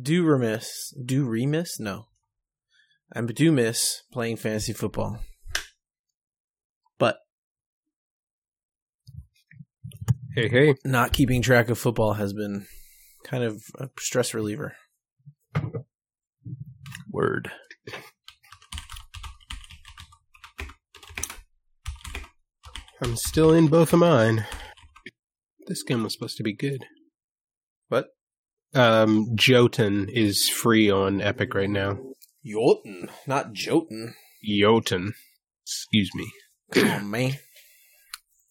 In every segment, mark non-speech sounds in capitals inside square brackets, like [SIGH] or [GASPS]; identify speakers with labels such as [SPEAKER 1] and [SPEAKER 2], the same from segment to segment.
[SPEAKER 1] do remiss, do remiss? No, I do miss playing fantasy football, but
[SPEAKER 2] Hey, hey.
[SPEAKER 1] not keeping track of football has been kind of a stress reliever. Word.
[SPEAKER 2] I'm still in both of mine. This game was supposed to be good.
[SPEAKER 1] What?
[SPEAKER 2] Um, Jotun is free on Epic right now.
[SPEAKER 1] Jotun, not Jotun.
[SPEAKER 2] Jotun. Excuse me.
[SPEAKER 1] Oh man,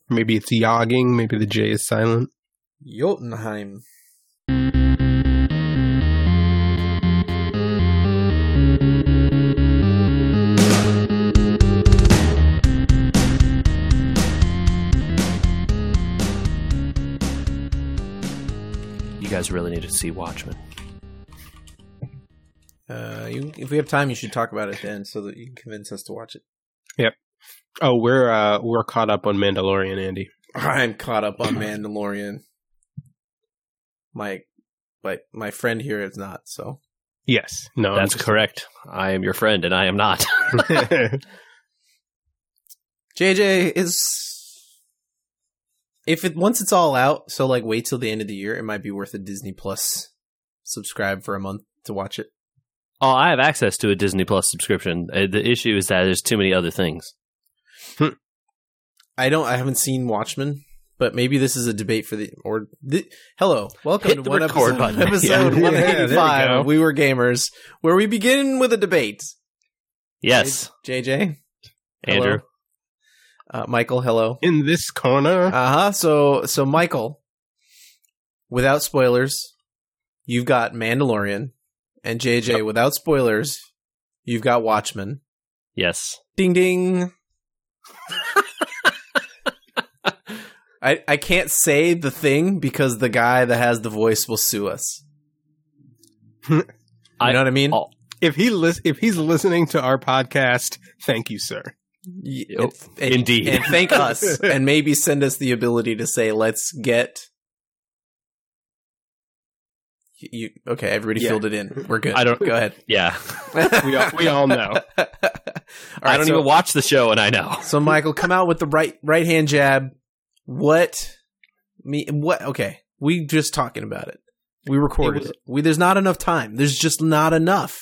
[SPEAKER 2] Maybe it's yogging. Maybe the J is silent.
[SPEAKER 1] Jotunheim.
[SPEAKER 3] You guys really need to see Watchmen.
[SPEAKER 1] Uh, you, if we have time, you should talk about it then, so that you can convince us to watch it.
[SPEAKER 2] Oh, we're uh, we're caught up on Mandalorian, Andy.
[SPEAKER 1] I'm caught up on Mandalorian. My, like my friend here is not. So
[SPEAKER 2] Yes. No. I'm
[SPEAKER 3] That's correct. I am your friend, and I am not. [LAUGHS]
[SPEAKER 2] just- [LAUGHS]
[SPEAKER 1] JJ is. If it once it's all out, so like wait till the end of the year, it might be worth a Disney Plus subscribe for a month to watch it.
[SPEAKER 3] oh, I have access to a Disney Plus subscription. Uh, The issue is that there's too many other things.
[SPEAKER 1] I don't. I haven't seen Watchmen, but maybe this is a debate for the or th- hello, welcome
[SPEAKER 3] Hit
[SPEAKER 1] to
[SPEAKER 3] the
[SPEAKER 1] one
[SPEAKER 3] record
[SPEAKER 1] episode,
[SPEAKER 3] button. [LAUGHS]
[SPEAKER 1] episode
[SPEAKER 2] Yeah.
[SPEAKER 1] one
[SPEAKER 2] Yeah, there
[SPEAKER 1] eighty
[SPEAKER 2] we
[SPEAKER 1] five.
[SPEAKER 2] go.
[SPEAKER 1] we were gamers, where we begin with a debate.
[SPEAKER 3] Yes,
[SPEAKER 1] JJ, hello.
[SPEAKER 3] Andrew.
[SPEAKER 1] uh, Michael, hello.
[SPEAKER 2] in this corner.
[SPEAKER 1] Uh huh. So so Michael, without spoilers, you've got Mandalorian, and JJ, without spoilers, you've got Watchmen.
[SPEAKER 3] Yes.
[SPEAKER 1] Ding ding. I I can't say the thing because the guy that has the voice will sue us. you
[SPEAKER 3] I-
[SPEAKER 1] know what I mean?
[SPEAKER 3] all-
[SPEAKER 2] if he lis- if he's listening to our podcast, thank you, sir.
[SPEAKER 1] Y-
[SPEAKER 3] Oh,
[SPEAKER 1] and-
[SPEAKER 3] indeed.
[SPEAKER 1] And thank us and maybe send us the ability to say let's get you okay, everybody
[SPEAKER 2] Yeah.
[SPEAKER 1] filled it in. We're good.
[SPEAKER 3] I don't-
[SPEAKER 1] go
[SPEAKER 3] [LAUGHS]
[SPEAKER 1] ahead.
[SPEAKER 3] [LAUGHS] Yeah.
[SPEAKER 2] We all, we all know.
[SPEAKER 1] [LAUGHS] All
[SPEAKER 3] I
[SPEAKER 1] right,
[SPEAKER 3] don't
[SPEAKER 1] so-
[SPEAKER 3] even watch the show, and I know.
[SPEAKER 1] So Michael, come out with the right right hand jab. What me what okay. We just talking about it. We recorded
[SPEAKER 2] It
[SPEAKER 1] it.
[SPEAKER 2] was-
[SPEAKER 1] We there's not enough time. There's just not enough.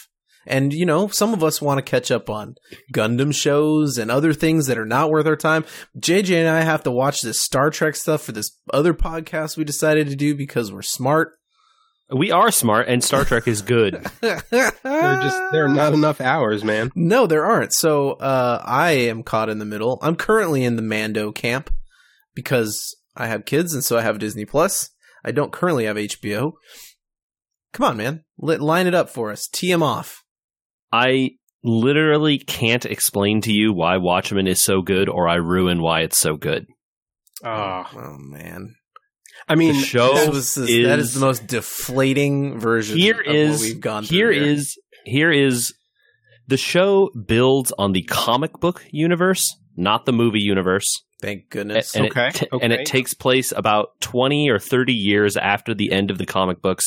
[SPEAKER 1] And you know, some of us want to catch up on Gundam shows and other things that are not worth our time. JJ and I have to watch this Star Trek stuff for this other podcast we decided to do because we're
[SPEAKER 2] [LAUGHS]
[SPEAKER 1] smart.
[SPEAKER 3] We are smart, and Star Trek
[SPEAKER 1] [LAUGHS]
[SPEAKER 3] is good.
[SPEAKER 1] they're
[SPEAKER 2] There are just there are not enough hours, man.
[SPEAKER 1] No, there aren't. So uh, I am caught in the middle. I'm currently in the Mando camp because I have kids, and so I have Disney Plus. I don't currently have HBO. Come on, man, Let, line it up for us. Tee 'em off.
[SPEAKER 3] I literally can't explain to you why Watchmen is so good, or I ruin why it's so good.
[SPEAKER 2] Ah,
[SPEAKER 1] Oh man,
[SPEAKER 2] I mean,
[SPEAKER 3] The show
[SPEAKER 1] this
[SPEAKER 2] that-
[SPEAKER 1] was this- that is
[SPEAKER 3] Oh, is-
[SPEAKER 1] the most deflating version.
[SPEAKER 3] Here
[SPEAKER 1] of
[SPEAKER 3] is-
[SPEAKER 1] what we've gone. through
[SPEAKER 3] Here is here is the show builds on the comic book universe, not the movie universe.
[SPEAKER 1] Thank goodness.
[SPEAKER 3] and
[SPEAKER 2] Okay,
[SPEAKER 3] It t-
[SPEAKER 2] okay.
[SPEAKER 3] And it takes place about 20 or 30 years after the end of the comic books.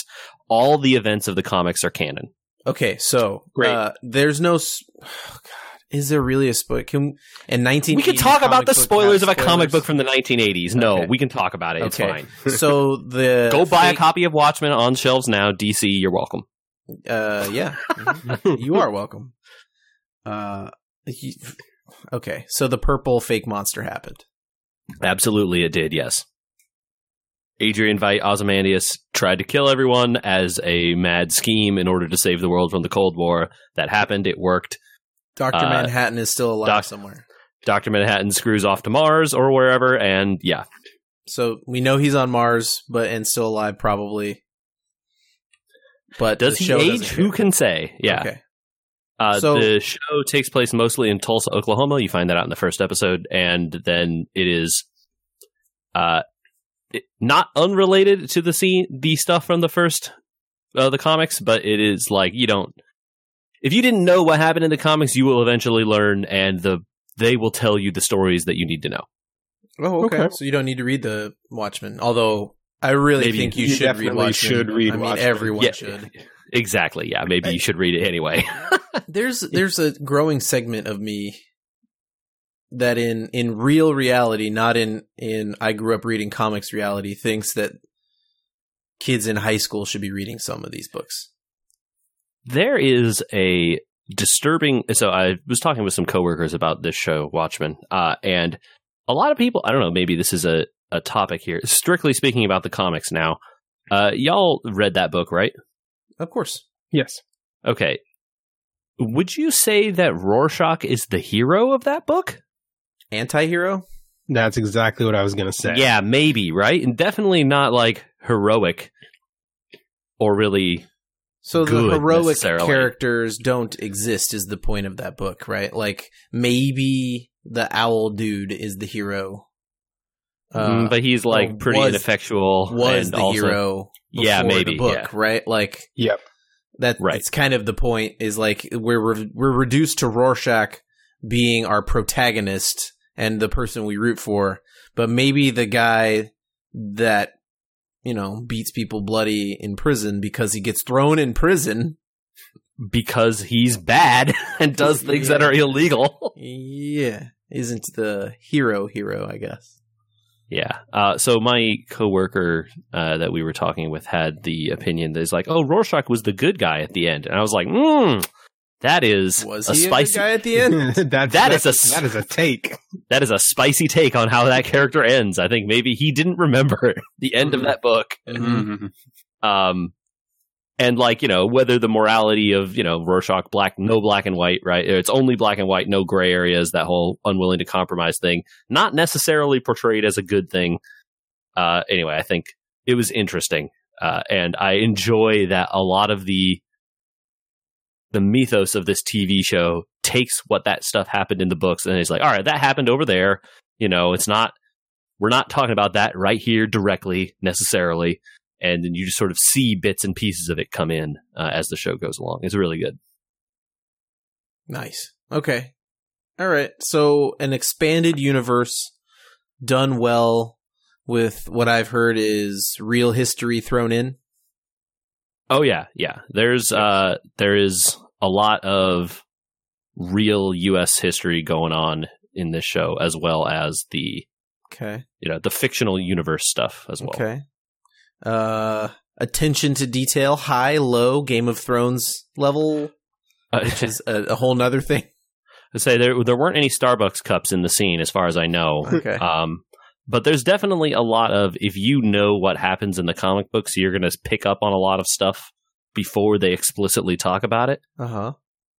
[SPEAKER 3] All the events of the comics are canon.
[SPEAKER 1] okay, so
[SPEAKER 2] Great.
[SPEAKER 1] Uh, there's no. s oh, God, is there really a spoiler? Can in 19
[SPEAKER 3] We can talk about the spoilers of a comic book from the 1980s. No,
[SPEAKER 1] Okay.
[SPEAKER 3] we can talk about it. It's
[SPEAKER 1] Okay.
[SPEAKER 3] fine.
[SPEAKER 1] so the
[SPEAKER 3] [LAUGHS] Go buy a
[SPEAKER 1] fake-
[SPEAKER 3] copy of Watchmen on shelves now. DC, you're welcome.
[SPEAKER 1] Uh, yeah,
[SPEAKER 2] [LAUGHS]
[SPEAKER 1] you are welcome. Uh, he- okay. So the purple fake monster happened.
[SPEAKER 3] Absolutely, it did. Yes. Adrian Veidt Ozymandias tried to kill everyone as a mad scheme in order to save the world from the Cold War. That happened. It worked.
[SPEAKER 1] Doctor
[SPEAKER 3] Uh,
[SPEAKER 1] Manhattan is still alive
[SPEAKER 3] Doc-
[SPEAKER 1] somewhere.
[SPEAKER 3] Doctor Manhattan screws off to Mars or wherever, and yeah,
[SPEAKER 1] So we know he's on Mars, but and still alive probably. But
[SPEAKER 3] does
[SPEAKER 1] the
[SPEAKER 3] he
[SPEAKER 1] show
[SPEAKER 3] age?
[SPEAKER 1] doesn't
[SPEAKER 3] Who
[SPEAKER 1] care.
[SPEAKER 3] can say? Yeah.
[SPEAKER 1] Okay.
[SPEAKER 3] Uh,
[SPEAKER 1] So-
[SPEAKER 3] the show takes place mostly in Tulsa, Oklahoma. You find that out in the first episode, and then it is uh, it- not unrelated to the scene, the stuff from the first uh, the comics, but it is like you don't. If you didn't know what happened in the comics, you will eventually learn, and the they will tell you the stories that you need to know.
[SPEAKER 1] Oh, okay.
[SPEAKER 2] Okay.
[SPEAKER 1] So you don't need to read the Watchmen, although I really
[SPEAKER 3] Maybe.
[SPEAKER 1] think you,
[SPEAKER 2] You
[SPEAKER 1] should read
[SPEAKER 2] definitely
[SPEAKER 1] Watchmen.
[SPEAKER 2] should read
[SPEAKER 1] I mean,
[SPEAKER 2] Watchmen.
[SPEAKER 1] everyone
[SPEAKER 3] Yeah.
[SPEAKER 1] should.
[SPEAKER 3] Exactly. Yeah. Maybe you should read it anyway.
[SPEAKER 1] There's there's a growing segment of me that in in real reality, not in in I grew up reading comics reality, thinks that kids in high school should be reading some of these books.
[SPEAKER 3] there is a disturbing. So I was talking with some coworkers about this show, Watchmen, uh, and a lot of people. I don't know. Maybe this is a a topic here. Strictly speaking about the comics now. Uh, y'all read that book, right?
[SPEAKER 1] Of course.
[SPEAKER 2] Yes.
[SPEAKER 3] Okay. Would you say that Rorschach is the hero of that book?
[SPEAKER 1] Anti-hero?
[SPEAKER 2] That's exactly what I was going to say.
[SPEAKER 3] Yeah, maybe, right? And definitely not like heroic or really
[SPEAKER 1] So
[SPEAKER 3] Good,
[SPEAKER 1] the heroic
[SPEAKER 3] necessarily.
[SPEAKER 1] characters don't exist is the point of that book, right? Like maybe the owl dude is the hero. Um,
[SPEAKER 3] Mm, but he's like
[SPEAKER 1] well,
[SPEAKER 3] pretty
[SPEAKER 1] Uh, was-
[SPEAKER 3] ineffectual
[SPEAKER 1] was
[SPEAKER 3] and
[SPEAKER 1] the
[SPEAKER 3] also
[SPEAKER 1] hero before
[SPEAKER 3] Yeah, maybe,
[SPEAKER 1] the book,
[SPEAKER 3] yeah.
[SPEAKER 1] right? Like
[SPEAKER 2] Yep.
[SPEAKER 1] that
[SPEAKER 3] Right.
[SPEAKER 1] that's kind of the point is like we're re- we're reduced to Rorschach being our protagonist and the person we root for, but maybe the guy that you know beats people bloody in prison because he gets thrown in prison.
[SPEAKER 3] because he's bad [LAUGHS] and does things that are illegal.
[SPEAKER 1] Yeah, isn't the hero hero, I guess.
[SPEAKER 3] [LAUGHS] yeah. Uh, so my coworker uh, that we were talking with had the opinion that is like, oh, Rorschach was the good guy at the end, and I was like, mm, that is
[SPEAKER 1] Was
[SPEAKER 3] a
[SPEAKER 1] he
[SPEAKER 3] spicy
[SPEAKER 1] a good guy at the
[SPEAKER 3] [LAUGHS]
[SPEAKER 1] end?
[SPEAKER 2] [LAUGHS] that's, [LAUGHS] that,
[SPEAKER 3] That is a s-
[SPEAKER 2] that is a take.
[SPEAKER 3] that is a spicy take on how that character ends. I think maybe he didn't remember [LAUGHS] the end of
[SPEAKER 1] Mhm.
[SPEAKER 3] that book.
[SPEAKER 1] Mm-hmm.
[SPEAKER 2] [LAUGHS]
[SPEAKER 3] um and like you know whether the morality of you know Rorschach black no black and white right it's only black and white no gray areas that whole unwilling to compromise thing not necessarily portrayed as a good thing uh anyway I think it was interesting uh and I enjoy that a lot of the the mythos of this TV show takes what that stuff happened in the books and it's like all right that happened over there you know it's not we're not talking about that right here directly necessarily and then you just sort of see bits and pieces of it come in uh, as the show goes along. It's really good.
[SPEAKER 1] Nice. Okay. All right. So an expanded universe done well with what I've heard is real history thrown in.
[SPEAKER 3] Oh yeah, yeah. There's uh there is a lot of real US history going on in this show as well as the
[SPEAKER 1] Okay.
[SPEAKER 3] you know, the fictional universe stuff as well.
[SPEAKER 1] Okay. Uh attention to detail, high, low, Game of Thrones level,
[SPEAKER 3] Uh,
[SPEAKER 1] which is a, a whole nother
[SPEAKER 3] [LAUGHS]
[SPEAKER 1] thing.
[SPEAKER 3] I'd [LAUGHS] say there there weren't any Starbucks cups in the scene as far as I know.
[SPEAKER 1] Okay.
[SPEAKER 3] Um, but there's definitely a lot of if you know what happens in the comic books, you're going to pick up on a lot of stuff before they explicitly talk about it.
[SPEAKER 1] Uh-huh.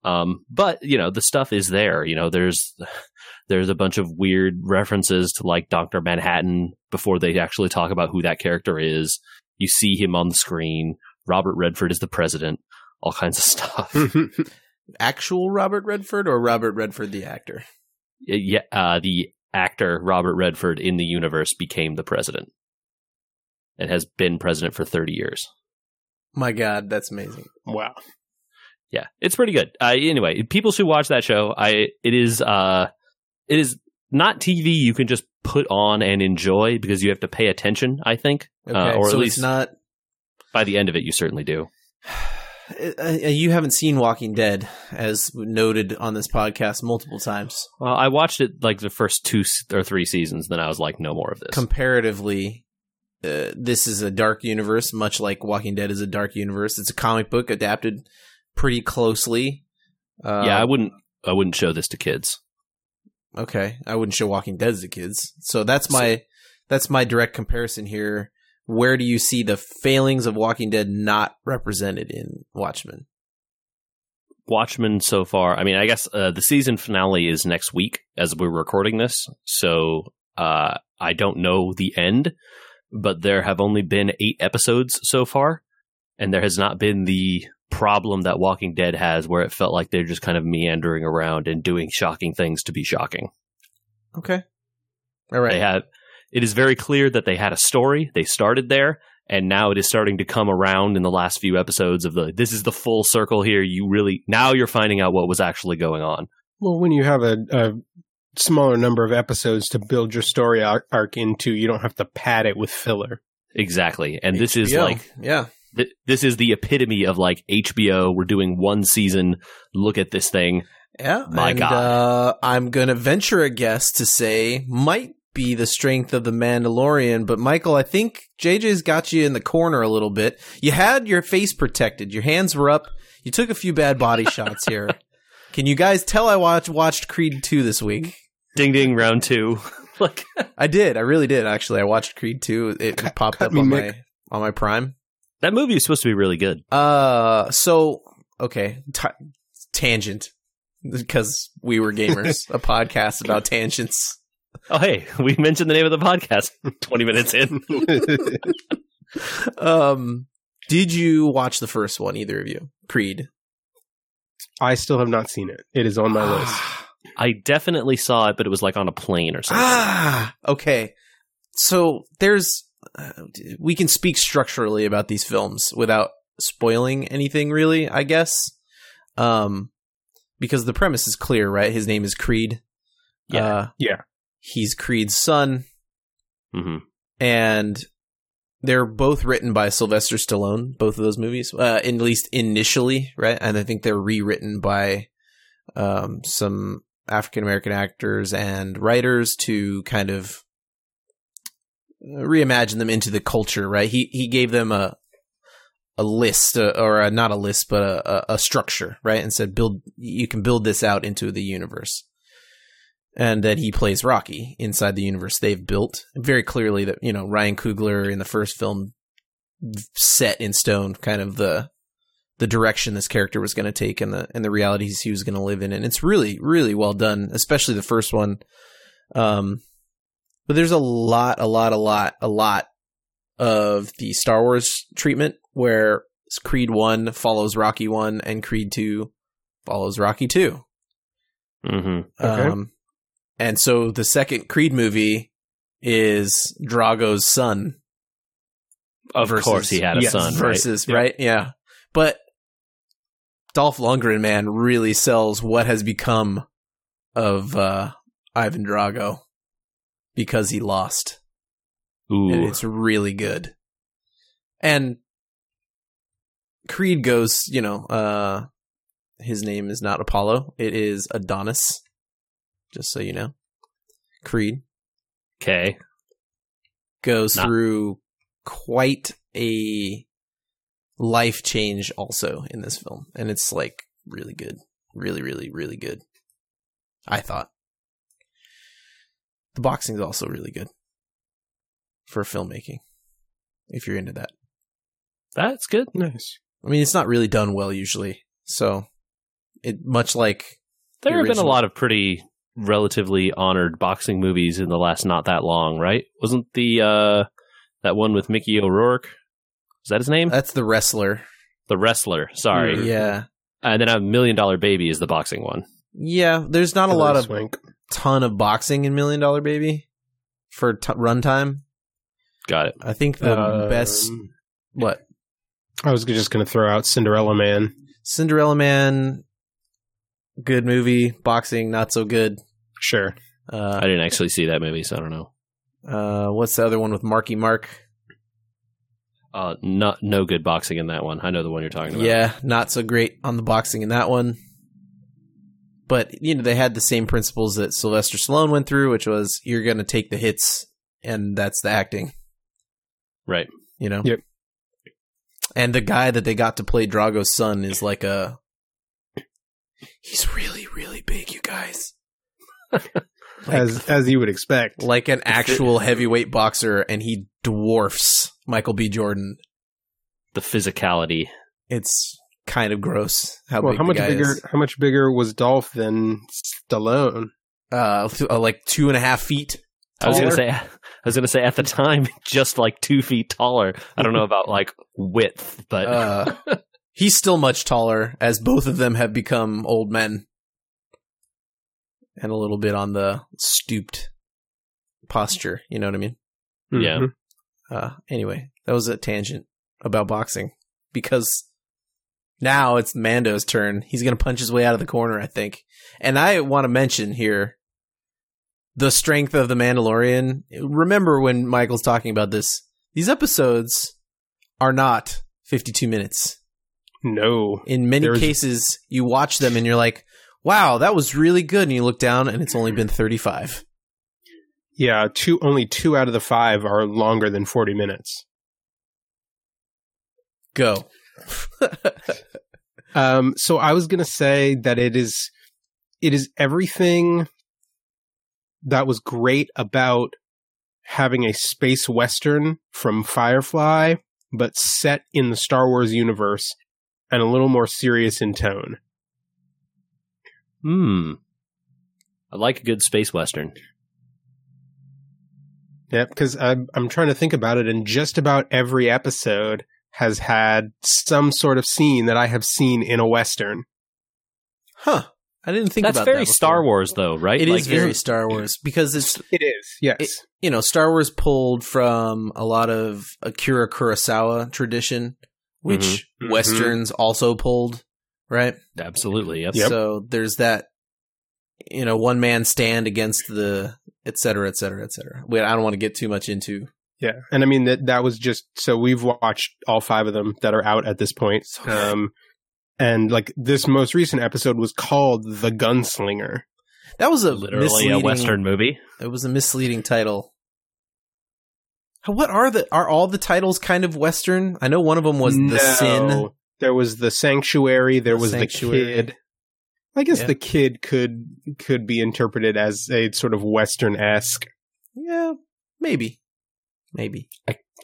[SPEAKER 3] Um, but you know, the stuff is there. You know, there's there's a bunch of weird references to like Doctor Manhattan before they actually talk about who that character is. You see him on the screen. Robert Redford is the president. All kinds of [LAUGHS] stuff.
[SPEAKER 2] Hmm.
[SPEAKER 3] Y-
[SPEAKER 1] Actual Robert Redford or Robert Redford the actor?
[SPEAKER 3] yeah, uh, the actor Robert Redford in the universe became the president, and has been president for thirty years.
[SPEAKER 1] My god, that's amazing.
[SPEAKER 2] wow.
[SPEAKER 3] yeah, it's pretty good. Uh, anyway, people should watch that show. I it is uh it is not TV you can just put on and enjoy because you have to pay attention. I think
[SPEAKER 1] Okay.
[SPEAKER 3] uh, or at
[SPEAKER 1] so
[SPEAKER 3] least-
[SPEAKER 1] it's not
[SPEAKER 3] by the end of it you certainly do.
[SPEAKER 1] [SIGHS] Uh, you haven't seen Walking Dead, as noted on this podcast multiple times.
[SPEAKER 3] Well, I watched it like the first two s- or three seasons, then I was like, no more of this.
[SPEAKER 1] Comparatively, uh, this is a dark universe, much like Walking Dead is a dark universe. It's a comic book adapted pretty closely. Uh,
[SPEAKER 3] yeah, I wouldn't. I wouldn't show this to kids.
[SPEAKER 1] okay. I wouldn't show Walking Dead to kids, so that's my that's my direct comparison here. Where do you see the failings of Walking Dead not represented in Watchmen?
[SPEAKER 3] Watchmen so far. I mean, I guess uh, the season finale is next week as we're recording this. So uh, I don't know the end, but there have only been eight episodes so far, and there has not been the problem that Walking Dead has, where it felt like they're just kind of meandering around and doing shocking things to be shocking.
[SPEAKER 1] Okay. All
[SPEAKER 3] They
[SPEAKER 1] right.
[SPEAKER 3] had. It is very clear that they had a story. They started there. And now it is starting to come around in the last few episodes of the. This is the full circle here. You really now you're finding out what was actually going on.
[SPEAKER 2] Well, when you have a, a smaller number of episodes to build
[SPEAKER 1] [LAUGHS]
[SPEAKER 2] your story ar- arc into, you don't have to pad it with filler.
[SPEAKER 3] Exactly. And this is
[SPEAKER 1] HBO.
[SPEAKER 3] like
[SPEAKER 1] yeah.
[SPEAKER 3] th- this is the epitome of like HBO. We're doing one season. Look at this thing.
[SPEAKER 1] Yeah.
[SPEAKER 3] My
[SPEAKER 1] and,
[SPEAKER 3] God.
[SPEAKER 1] Uh, I'm going to venture a guess to say might be the strength of the Mandalorian, but Michael, I think JJ's got you in the corner a little bit. You had your face protected, your hands were up, you took a few bad
[SPEAKER 2] [LAUGHS]
[SPEAKER 1] body shots here. Can you guys tell I watched watched Creed 2 this week?
[SPEAKER 3] Ding ding, round two. [LAUGHS] like
[SPEAKER 1] I did. I really did actually. I watched Creed 2. It popped
[SPEAKER 2] cut
[SPEAKER 1] up
[SPEAKER 2] me,
[SPEAKER 1] on
[SPEAKER 2] Mick.
[SPEAKER 1] my on my Prime.
[SPEAKER 3] that movie is supposed to be really good.
[SPEAKER 1] Uh, so okay, t- tangent because we were
[SPEAKER 2] [LAUGHS]
[SPEAKER 1] gamers, a podcast about tangents.
[SPEAKER 3] Oh hey, [LAUGHS] we mentioned the name of the podcast [LAUGHS] twenty
[SPEAKER 1] [LAUGHS]
[SPEAKER 3] minutes in.
[SPEAKER 1] Um, did you watch the first one? Either of you, Creed?
[SPEAKER 2] I still have not seen it. It is
[SPEAKER 1] [SIGHS]
[SPEAKER 2] on my list.
[SPEAKER 3] I definitely saw it, but it was like on a plane or
[SPEAKER 1] [GASPS]
[SPEAKER 3] something.
[SPEAKER 1] Ah, okay. So there's uh, we can speak structurally about these films without spoiling anything really, I guess. Um because the premise is clear, right? His name is Creed.
[SPEAKER 3] Yeah.
[SPEAKER 1] Uh,
[SPEAKER 2] Yeah.
[SPEAKER 1] He's Creed's son
[SPEAKER 3] hmm
[SPEAKER 1] and they're both written by Sylvester Stallone, both of those movies, uh, at least initially, right? And I think they're rewritten by um, some African American actors and writers to kind of reimagine them into the culture, right? He he gave them a a list, uh, or a, not a list, but a, a, a structure, right? And said, build you can build this out into the universe and that he plays Rocky inside the universe they've built. Very clearly, that you know Ryan Coogler in the first film set in stone kind of the the direction this character was going to take and the and the realities he was going to live in, and it's really really well done, especially the first one. Um, but there's a lot, a lot, a lot, a lot of the Star Wars treatment where Creed One follows Rocky One and Creed Two follows Rocky Two.
[SPEAKER 3] hmm
[SPEAKER 2] Okay.
[SPEAKER 1] Um, and so the second Creed movie is Drago's son
[SPEAKER 3] Of
[SPEAKER 1] Versus-
[SPEAKER 3] course, he had a
[SPEAKER 2] yes,
[SPEAKER 3] son. right?
[SPEAKER 1] versus,
[SPEAKER 2] Yeah.
[SPEAKER 1] right? Yeah. But Dolph Lundgren, man, really sells what has become of uh, Ivan Drago because he lost. And
[SPEAKER 3] Ooh,
[SPEAKER 1] it's really good. And Creed goes, you know, uh, his name is not Apollo, it is Adonis, just so you know. Creed.
[SPEAKER 3] okay.
[SPEAKER 1] goes
[SPEAKER 3] Not-
[SPEAKER 1] through quite a life change also in this film and it's like really good really really really good i thought the boxing's also really good for filmmaking if you're into that
[SPEAKER 3] That's good.
[SPEAKER 2] Nice.
[SPEAKER 1] i mean it's not really done well usually so it much like
[SPEAKER 3] There
[SPEAKER 1] The
[SPEAKER 3] have been a
[SPEAKER 1] original.
[SPEAKER 3] lot of pretty relatively honored boxing movies in the last not that long, right? Wasn't the uh that one with Mickey O'Rourke? Is that his name?
[SPEAKER 1] that's the wrestler
[SPEAKER 3] the wrestler. Sorry.
[SPEAKER 2] Mhm.
[SPEAKER 1] Uh, yeah
[SPEAKER 3] And then a million dollar baby is the boxing one.
[SPEAKER 1] yeah there's not a lot of
[SPEAKER 2] Swank.
[SPEAKER 1] ton of boxing in million dollar baby for t- runtime
[SPEAKER 3] Got it.
[SPEAKER 1] i think the
[SPEAKER 2] Um,
[SPEAKER 1] uh, best what
[SPEAKER 2] I was just going to throw out Cinderella Man.
[SPEAKER 1] Cinderella Man, good movie. Boxing, not so good.
[SPEAKER 2] Sure.
[SPEAKER 3] I
[SPEAKER 1] Uh,
[SPEAKER 3] didn't actually see that movie, so I don't know.
[SPEAKER 1] uh, what's the other one with Marky Mark?
[SPEAKER 3] Uh, not no good boxing in that one. I know the one you're talking about.
[SPEAKER 1] Yeah, not so great on the boxing in that one. But you know they had the same principles that Sylvester Stallone went through, which was you're going to take the hits, and that's the acting.
[SPEAKER 3] Right.
[SPEAKER 1] You know.
[SPEAKER 2] Yep.
[SPEAKER 1] And the guy that they got to play Drago's son is like a. He's really, really big, you guys. Like-
[SPEAKER 2] as as you would expect.
[SPEAKER 1] like an actual heavyweight boxer and he dwarfs Michael B. Jordan.
[SPEAKER 3] The physicality.
[SPEAKER 1] It's kind of gross how
[SPEAKER 2] well,
[SPEAKER 1] big
[SPEAKER 2] how
[SPEAKER 1] the
[SPEAKER 2] much
[SPEAKER 1] guy
[SPEAKER 2] bigger?
[SPEAKER 1] is.
[SPEAKER 2] How much bigger was Dolph than Stallone?
[SPEAKER 1] Uh, th- uh, like two and a half feet.
[SPEAKER 3] I was gonna
[SPEAKER 1] Taller?
[SPEAKER 3] say. [LAUGHS] I was gonna say at the time, [LAUGHS] just like two feet taller. I don't
[SPEAKER 1] [LAUGHS]
[SPEAKER 3] know about like width, but
[SPEAKER 1] Uh, he's still much taller, as both of them have become old men, and a little bit on the stooped posture. You know what I mean?
[SPEAKER 3] Yeah.
[SPEAKER 2] Mhm.
[SPEAKER 1] Uh, anyway, that was a tangent about boxing because now it's Mando's turn. He's going to punch his way out of the corner, I think. And I want to mention here the strength of the Mandalorian. Remember when Michael's talking about this? These episodes are not 52 minutes.
[SPEAKER 2] Mm-hmm. No.
[SPEAKER 1] In many
[SPEAKER 2] There's-
[SPEAKER 1] cases, you watch them and you're like, wow, that was really good. And you look down and it's only been 35.
[SPEAKER 2] Yeah, two only two out of the five are longer than forty minutes.
[SPEAKER 1] Go.
[SPEAKER 2] Um, so I was gonna say that it is it is everything that was great about having a space western from Firefly, but set in the Star Wars universe and a little more serious in tone.
[SPEAKER 3] [LAUGHS] Hmm. I like a good space western.
[SPEAKER 2] Yeah, because I'm, I'm trying to think about it, and just about every episode has had some sort of scene that I have seen in a western.
[SPEAKER 1] huh. I didn't think
[SPEAKER 3] That's
[SPEAKER 1] about
[SPEAKER 3] very
[SPEAKER 1] that. before.
[SPEAKER 3] Star Wars, though, right?
[SPEAKER 1] It is
[SPEAKER 3] Like,
[SPEAKER 1] very
[SPEAKER 3] isn't-
[SPEAKER 1] Star Wars because it's
[SPEAKER 2] It is, yes.
[SPEAKER 1] It- you know, Star Wars pulled from a lot of Akira Kurosawa tradition, which
[SPEAKER 3] Mm-hmm.
[SPEAKER 2] Mhm. Mhm.
[SPEAKER 1] westerns also pulled, right?
[SPEAKER 3] absolutely. Yep.
[SPEAKER 1] So there's that, you know, one man stand against the et cetera, et cetera, et cetera. Wait, I don't want to get too much into.
[SPEAKER 2] Yeah, and I mean that that was just so we've watched all five of them that are out at this point. Um, and like this most recent episode was called "The Gunslinger."
[SPEAKER 1] That was a
[SPEAKER 3] Literally a
[SPEAKER 1] misleading-
[SPEAKER 3] western movie.
[SPEAKER 1] It was a misleading title. What are the are all the titles kind of western? I know one of them was
[SPEAKER 2] No.
[SPEAKER 1] the sin.
[SPEAKER 2] There was the sanctuary. There
[SPEAKER 1] The
[SPEAKER 2] was
[SPEAKER 1] Sanctuary.
[SPEAKER 2] the kid. I guess
[SPEAKER 1] Yeah.
[SPEAKER 2] the kid could could be interpreted as a sort of western esque.
[SPEAKER 1] Yeah, maybe, maybe.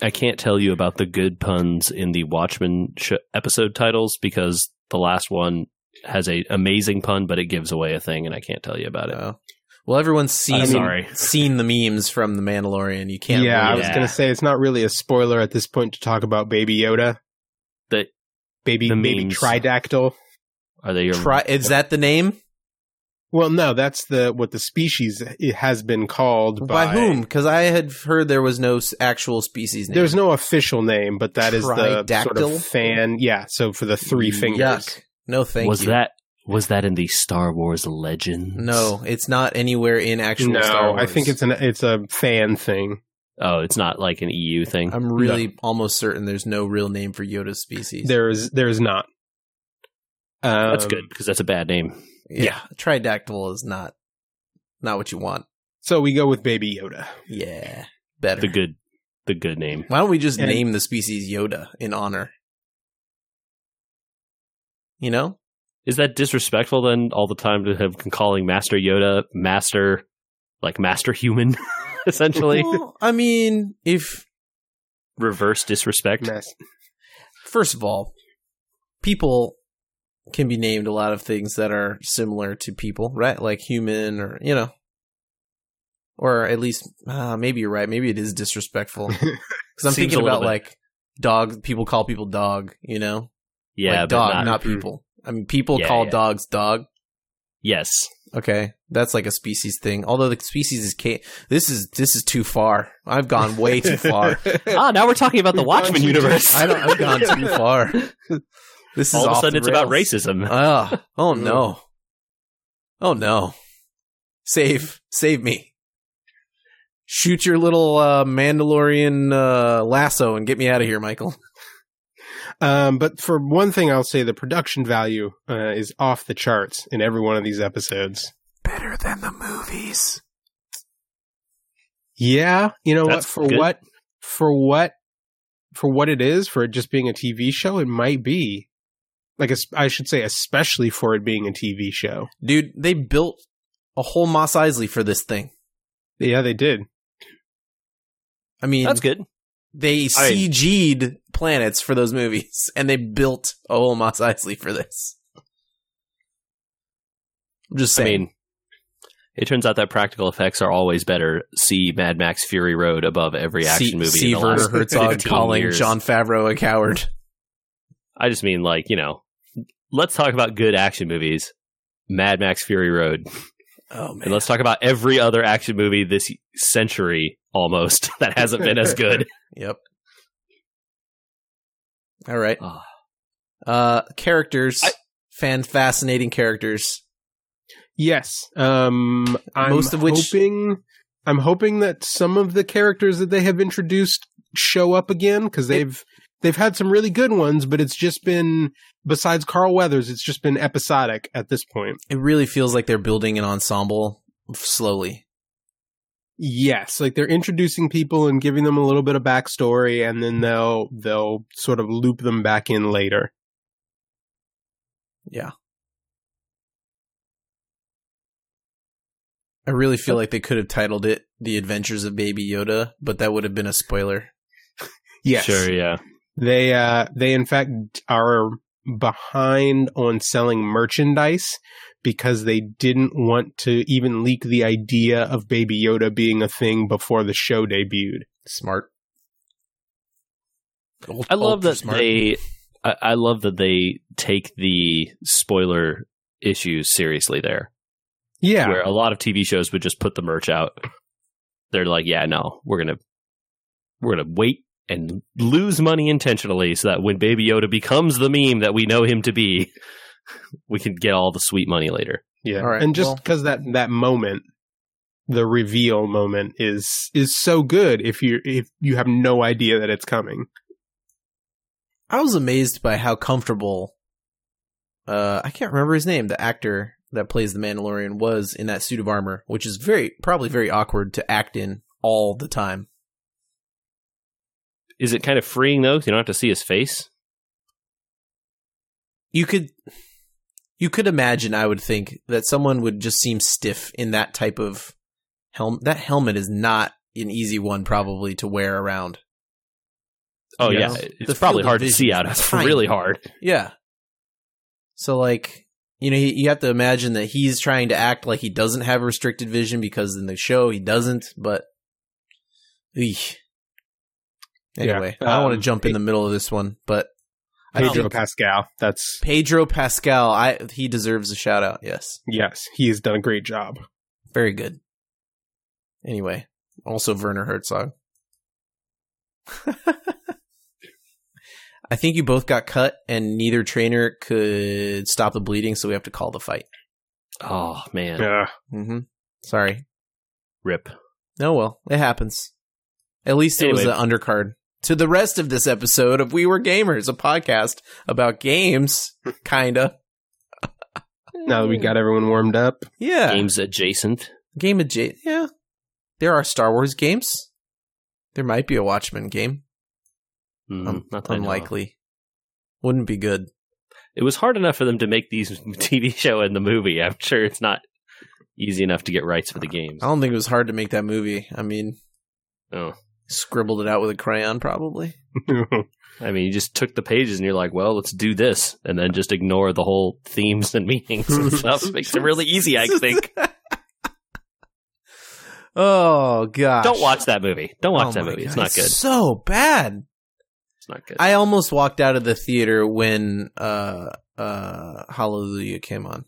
[SPEAKER 3] I can't tell you about the good puns in the Watchmen sh- episode titles because the last one has a amazing pun, but it gives away a thing, and I can't tell you about it.
[SPEAKER 1] Oh. Well, everyone's seen
[SPEAKER 3] I'm sorry.
[SPEAKER 1] seen the memes from The Mandalorian. You can't.
[SPEAKER 2] Yeah, I
[SPEAKER 1] really-
[SPEAKER 2] was
[SPEAKER 3] Yeah.
[SPEAKER 2] gonna say it's not really a spoiler at this point to talk about Baby Yoda.
[SPEAKER 3] The-
[SPEAKER 2] baby
[SPEAKER 3] the
[SPEAKER 2] baby
[SPEAKER 3] memes.
[SPEAKER 2] tridactyl.
[SPEAKER 3] Are they your
[SPEAKER 1] Tri- is that the name?
[SPEAKER 2] Well, no, that's the what the species it has been called
[SPEAKER 1] By,
[SPEAKER 2] by,
[SPEAKER 1] whom? Because I had heard there was no s- actual species name.
[SPEAKER 2] There's no official name, but that is the sort
[SPEAKER 1] Tridactyl?
[SPEAKER 2] of fan. Yeah, so for the three fingers.
[SPEAKER 1] Yuck. No, thank
[SPEAKER 3] was
[SPEAKER 1] you.
[SPEAKER 3] that was that in the Star Wars Legends?
[SPEAKER 1] No, it's not anywhere in actual Star
[SPEAKER 2] No,
[SPEAKER 1] Wars.
[SPEAKER 2] I think it's an it's a fan thing.
[SPEAKER 3] Oh, it's not like an EU thing.
[SPEAKER 1] I'm really almost certain there's no real name for Yoda's species.
[SPEAKER 2] There is there is not. Um,
[SPEAKER 3] that's good because that's a bad name.
[SPEAKER 1] yeah, Tridactyl is not not what you want.
[SPEAKER 2] So we go with Baby Yoda.
[SPEAKER 1] Yeah, better.
[SPEAKER 3] The good, the good name.
[SPEAKER 1] Why don't we just
[SPEAKER 2] And-
[SPEAKER 1] name the species Yoda in honor? You know,
[SPEAKER 3] Is that disrespectful then? All the time to have been calling Master Yoda Master, like Master Human, [LAUGHS]
[SPEAKER 1] [LAUGHS]
[SPEAKER 3] essentially
[SPEAKER 1] Well, I mean, if
[SPEAKER 3] reverse disrespect.
[SPEAKER 2] Mess.
[SPEAKER 1] first of all, people can be named a lot of things that are similar to people, right? Like human, or you know, or at least uh, maybe you're right. Maybe it is disrespectful because I'm
[SPEAKER 3] Seems
[SPEAKER 1] thinking
[SPEAKER 3] a little
[SPEAKER 1] about
[SPEAKER 3] bit.
[SPEAKER 1] like dog. People call people dog. You know,
[SPEAKER 3] Yeah,
[SPEAKER 1] like
[SPEAKER 3] but
[SPEAKER 1] dog,
[SPEAKER 3] not-
[SPEAKER 1] not, people. I mean, people
[SPEAKER 3] Yeah,
[SPEAKER 1] call
[SPEAKER 3] yeah.
[SPEAKER 1] dogs dog.
[SPEAKER 3] yes.
[SPEAKER 1] Okay, that's like a species thing. Although the species is ca- this is this is too far. I've gone [LAUGHS] way
[SPEAKER 3] [LAUGHS]
[SPEAKER 1] too far.
[SPEAKER 3] Ah, now we're talking about the Watchmen universe.
[SPEAKER 1] [LAUGHS] I don't, I've gone too far. This is
[SPEAKER 3] All of a
[SPEAKER 1] off
[SPEAKER 3] sudden,
[SPEAKER 1] the
[SPEAKER 3] it's about
[SPEAKER 1] rails.
[SPEAKER 3] racism.
[SPEAKER 1] Ugh. oh no! Oh no! Save, save me! Shoot your little uh, Mandalorian uh, lasso and get me out of here, Michael.
[SPEAKER 2] [LAUGHS] Um, but for one thing, I'll say the production value uh, is off the charts in every one of these episodes.
[SPEAKER 1] Better than the movies.
[SPEAKER 2] Yeah, you know what?
[SPEAKER 3] That's
[SPEAKER 2] For
[SPEAKER 3] good.
[SPEAKER 2] what? For what? For what it is? For it just being a TV show, it might be. Like es- I should say, especially for it being a TV show.
[SPEAKER 1] Dude, they built a whole Moss Eisley for this thing.
[SPEAKER 2] Yeah, they did.
[SPEAKER 1] I mean,
[SPEAKER 3] That's good.
[SPEAKER 1] they CG'd planets for those movies, and they built a whole Moss Eisley for this. I'm just
[SPEAKER 3] I
[SPEAKER 1] saying.
[SPEAKER 3] mean, it turns out that practical effects are always better. See Mad Max Fury Road above every action
[SPEAKER 1] See-
[SPEAKER 3] movie.
[SPEAKER 1] see
[SPEAKER 3] in the
[SPEAKER 1] Werner
[SPEAKER 3] last
[SPEAKER 1] Herzog
[SPEAKER 3] 15
[SPEAKER 1] calling
[SPEAKER 3] years.
[SPEAKER 1] John Favreau a coward.
[SPEAKER 3] I just mean like you know. Let's talk about good action movies. Mad Max Fury Road,
[SPEAKER 1] Oh man,
[SPEAKER 3] and let's talk about every other action movie this century almost [LAUGHS] that hasn't been as good.
[SPEAKER 1] yep. All right.
[SPEAKER 3] Ah.
[SPEAKER 1] Uh, characters,
[SPEAKER 3] I-
[SPEAKER 1] fan fascinating characters.
[SPEAKER 2] Yes. Um, I'm
[SPEAKER 1] Most of which-
[SPEAKER 2] hoping, I'm hoping that some of the characters that they have introduced show up again because they've They've had some really good ones, but it's just been besides Carl Weathers, it's just been episodic at this point.
[SPEAKER 1] It really feels like they're building an ensemble slowly.
[SPEAKER 2] Yes, like they're introducing people and giving them a little bit of backstory, and then they'll they'll sort of loop them back in later.
[SPEAKER 1] Yeah. I really feel like they could have titled it The Adventures of Baby Yoda, but that would have been a spoiler.
[SPEAKER 2] [LAUGHS] Yes,
[SPEAKER 3] Sure, yeah.
[SPEAKER 2] they uh they in fact are behind on selling merchandise because they didn't want to even leak the idea of Baby Yoda being a thing before the show debuted.
[SPEAKER 1] Smart.
[SPEAKER 3] I love that they I, I love that they take the spoiler issues seriously there.
[SPEAKER 2] Yeah,
[SPEAKER 3] Where a lot of TV shows would just put the merch out. They're like, yeah, no, we're gonna we're gonna wait and lose money intentionally so that when Baby Yoda becomes the meme that we know him to be, [LAUGHS] we can get all the sweet money later.
[SPEAKER 2] Yeah.
[SPEAKER 1] All right,
[SPEAKER 2] And just
[SPEAKER 1] well-
[SPEAKER 2] because that that moment, the reveal moment is is so good if you if you have no idea that it's coming.
[SPEAKER 1] I was amazed by how comfortable. Uh, I can't remember his name. The actor that plays the Mandalorian was in that suit of armor, which is very probably very awkward to act in all the time.
[SPEAKER 3] Is it kind of freeing though? 'cause You don't have to see his face.
[SPEAKER 1] You could, you could imagine. I would think that someone would just seem stiff in that type of helm. That helmet is not an easy one, probably to wear around.
[SPEAKER 3] Oh
[SPEAKER 1] Yeah.
[SPEAKER 3] yeah,
[SPEAKER 1] The
[SPEAKER 3] it's probably
[SPEAKER 1] field of
[SPEAKER 3] hard to
[SPEAKER 1] vision
[SPEAKER 3] see
[SPEAKER 1] is
[SPEAKER 3] out. [LAUGHS]
[SPEAKER 1] [LAUGHS]
[SPEAKER 3] It's
[SPEAKER 1] tiny.
[SPEAKER 3] really hard.
[SPEAKER 1] Yeah. So like, you know, you you have to imagine that he's trying to act like he doesn't have restricted vision because in the show he doesn't, but Eesh. Anyway,
[SPEAKER 2] Yeah.
[SPEAKER 1] I don't want
[SPEAKER 2] Um,
[SPEAKER 1] to jump in the middle of this one, but I
[SPEAKER 2] Pedro
[SPEAKER 1] think-
[SPEAKER 2] Pascal. That's
[SPEAKER 1] Pedro Pascal, I he deserves a shout out. Yes.
[SPEAKER 2] yes, he has done a great job.
[SPEAKER 1] Very good. Anyway, also Werner [LAUGHS] Herzog. I think you both got cut and neither trainer could stop the bleeding, so we have to call the fight.
[SPEAKER 3] Oh man,
[SPEAKER 2] Yeah.
[SPEAKER 1] Mm-hmm. Sorry.
[SPEAKER 3] rip.
[SPEAKER 1] No, well, it happens. At least it was
[SPEAKER 3] Anyway.
[SPEAKER 1] an undercard. To the rest of this episode of We Were Gamers, a podcast about [LAUGHS] games, kinda.
[SPEAKER 2] Now that we got everyone warmed up,
[SPEAKER 1] Yeah, game,
[SPEAKER 3] Games adjacent.
[SPEAKER 1] game adjacent. Yeah, there are Star Wars games. There might be a Watchmen game.
[SPEAKER 3] Mm,
[SPEAKER 1] Um,
[SPEAKER 3] not that I know of.
[SPEAKER 1] Unlikely. Wouldn't be good.
[SPEAKER 3] It was hard enough for them to make these [LAUGHS] TV show and the movie. I'm sure it's not easy enough to get rights for the games.
[SPEAKER 1] I don't think it was hard to make that movie. I mean,
[SPEAKER 3] Oh.
[SPEAKER 1] scribbled it out with a crayon, probably.
[SPEAKER 3] I mean, you just took the pages and you're like, well, let's do this, and then just ignore the whole themes and [LAUGHS]
[SPEAKER 1] [LAUGHS]
[SPEAKER 3] meanings and stuff. Makes it really easy, I think.
[SPEAKER 1] oh god!
[SPEAKER 3] Don't watch that movie. Don't watch
[SPEAKER 1] Oh
[SPEAKER 3] that
[SPEAKER 1] my
[SPEAKER 3] movie. It's
[SPEAKER 1] God,
[SPEAKER 3] not good.
[SPEAKER 1] So bad.
[SPEAKER 3] It's not good.
[SPEAKER 1] I almost walked out of the theater when uh uh Hallelujah came on.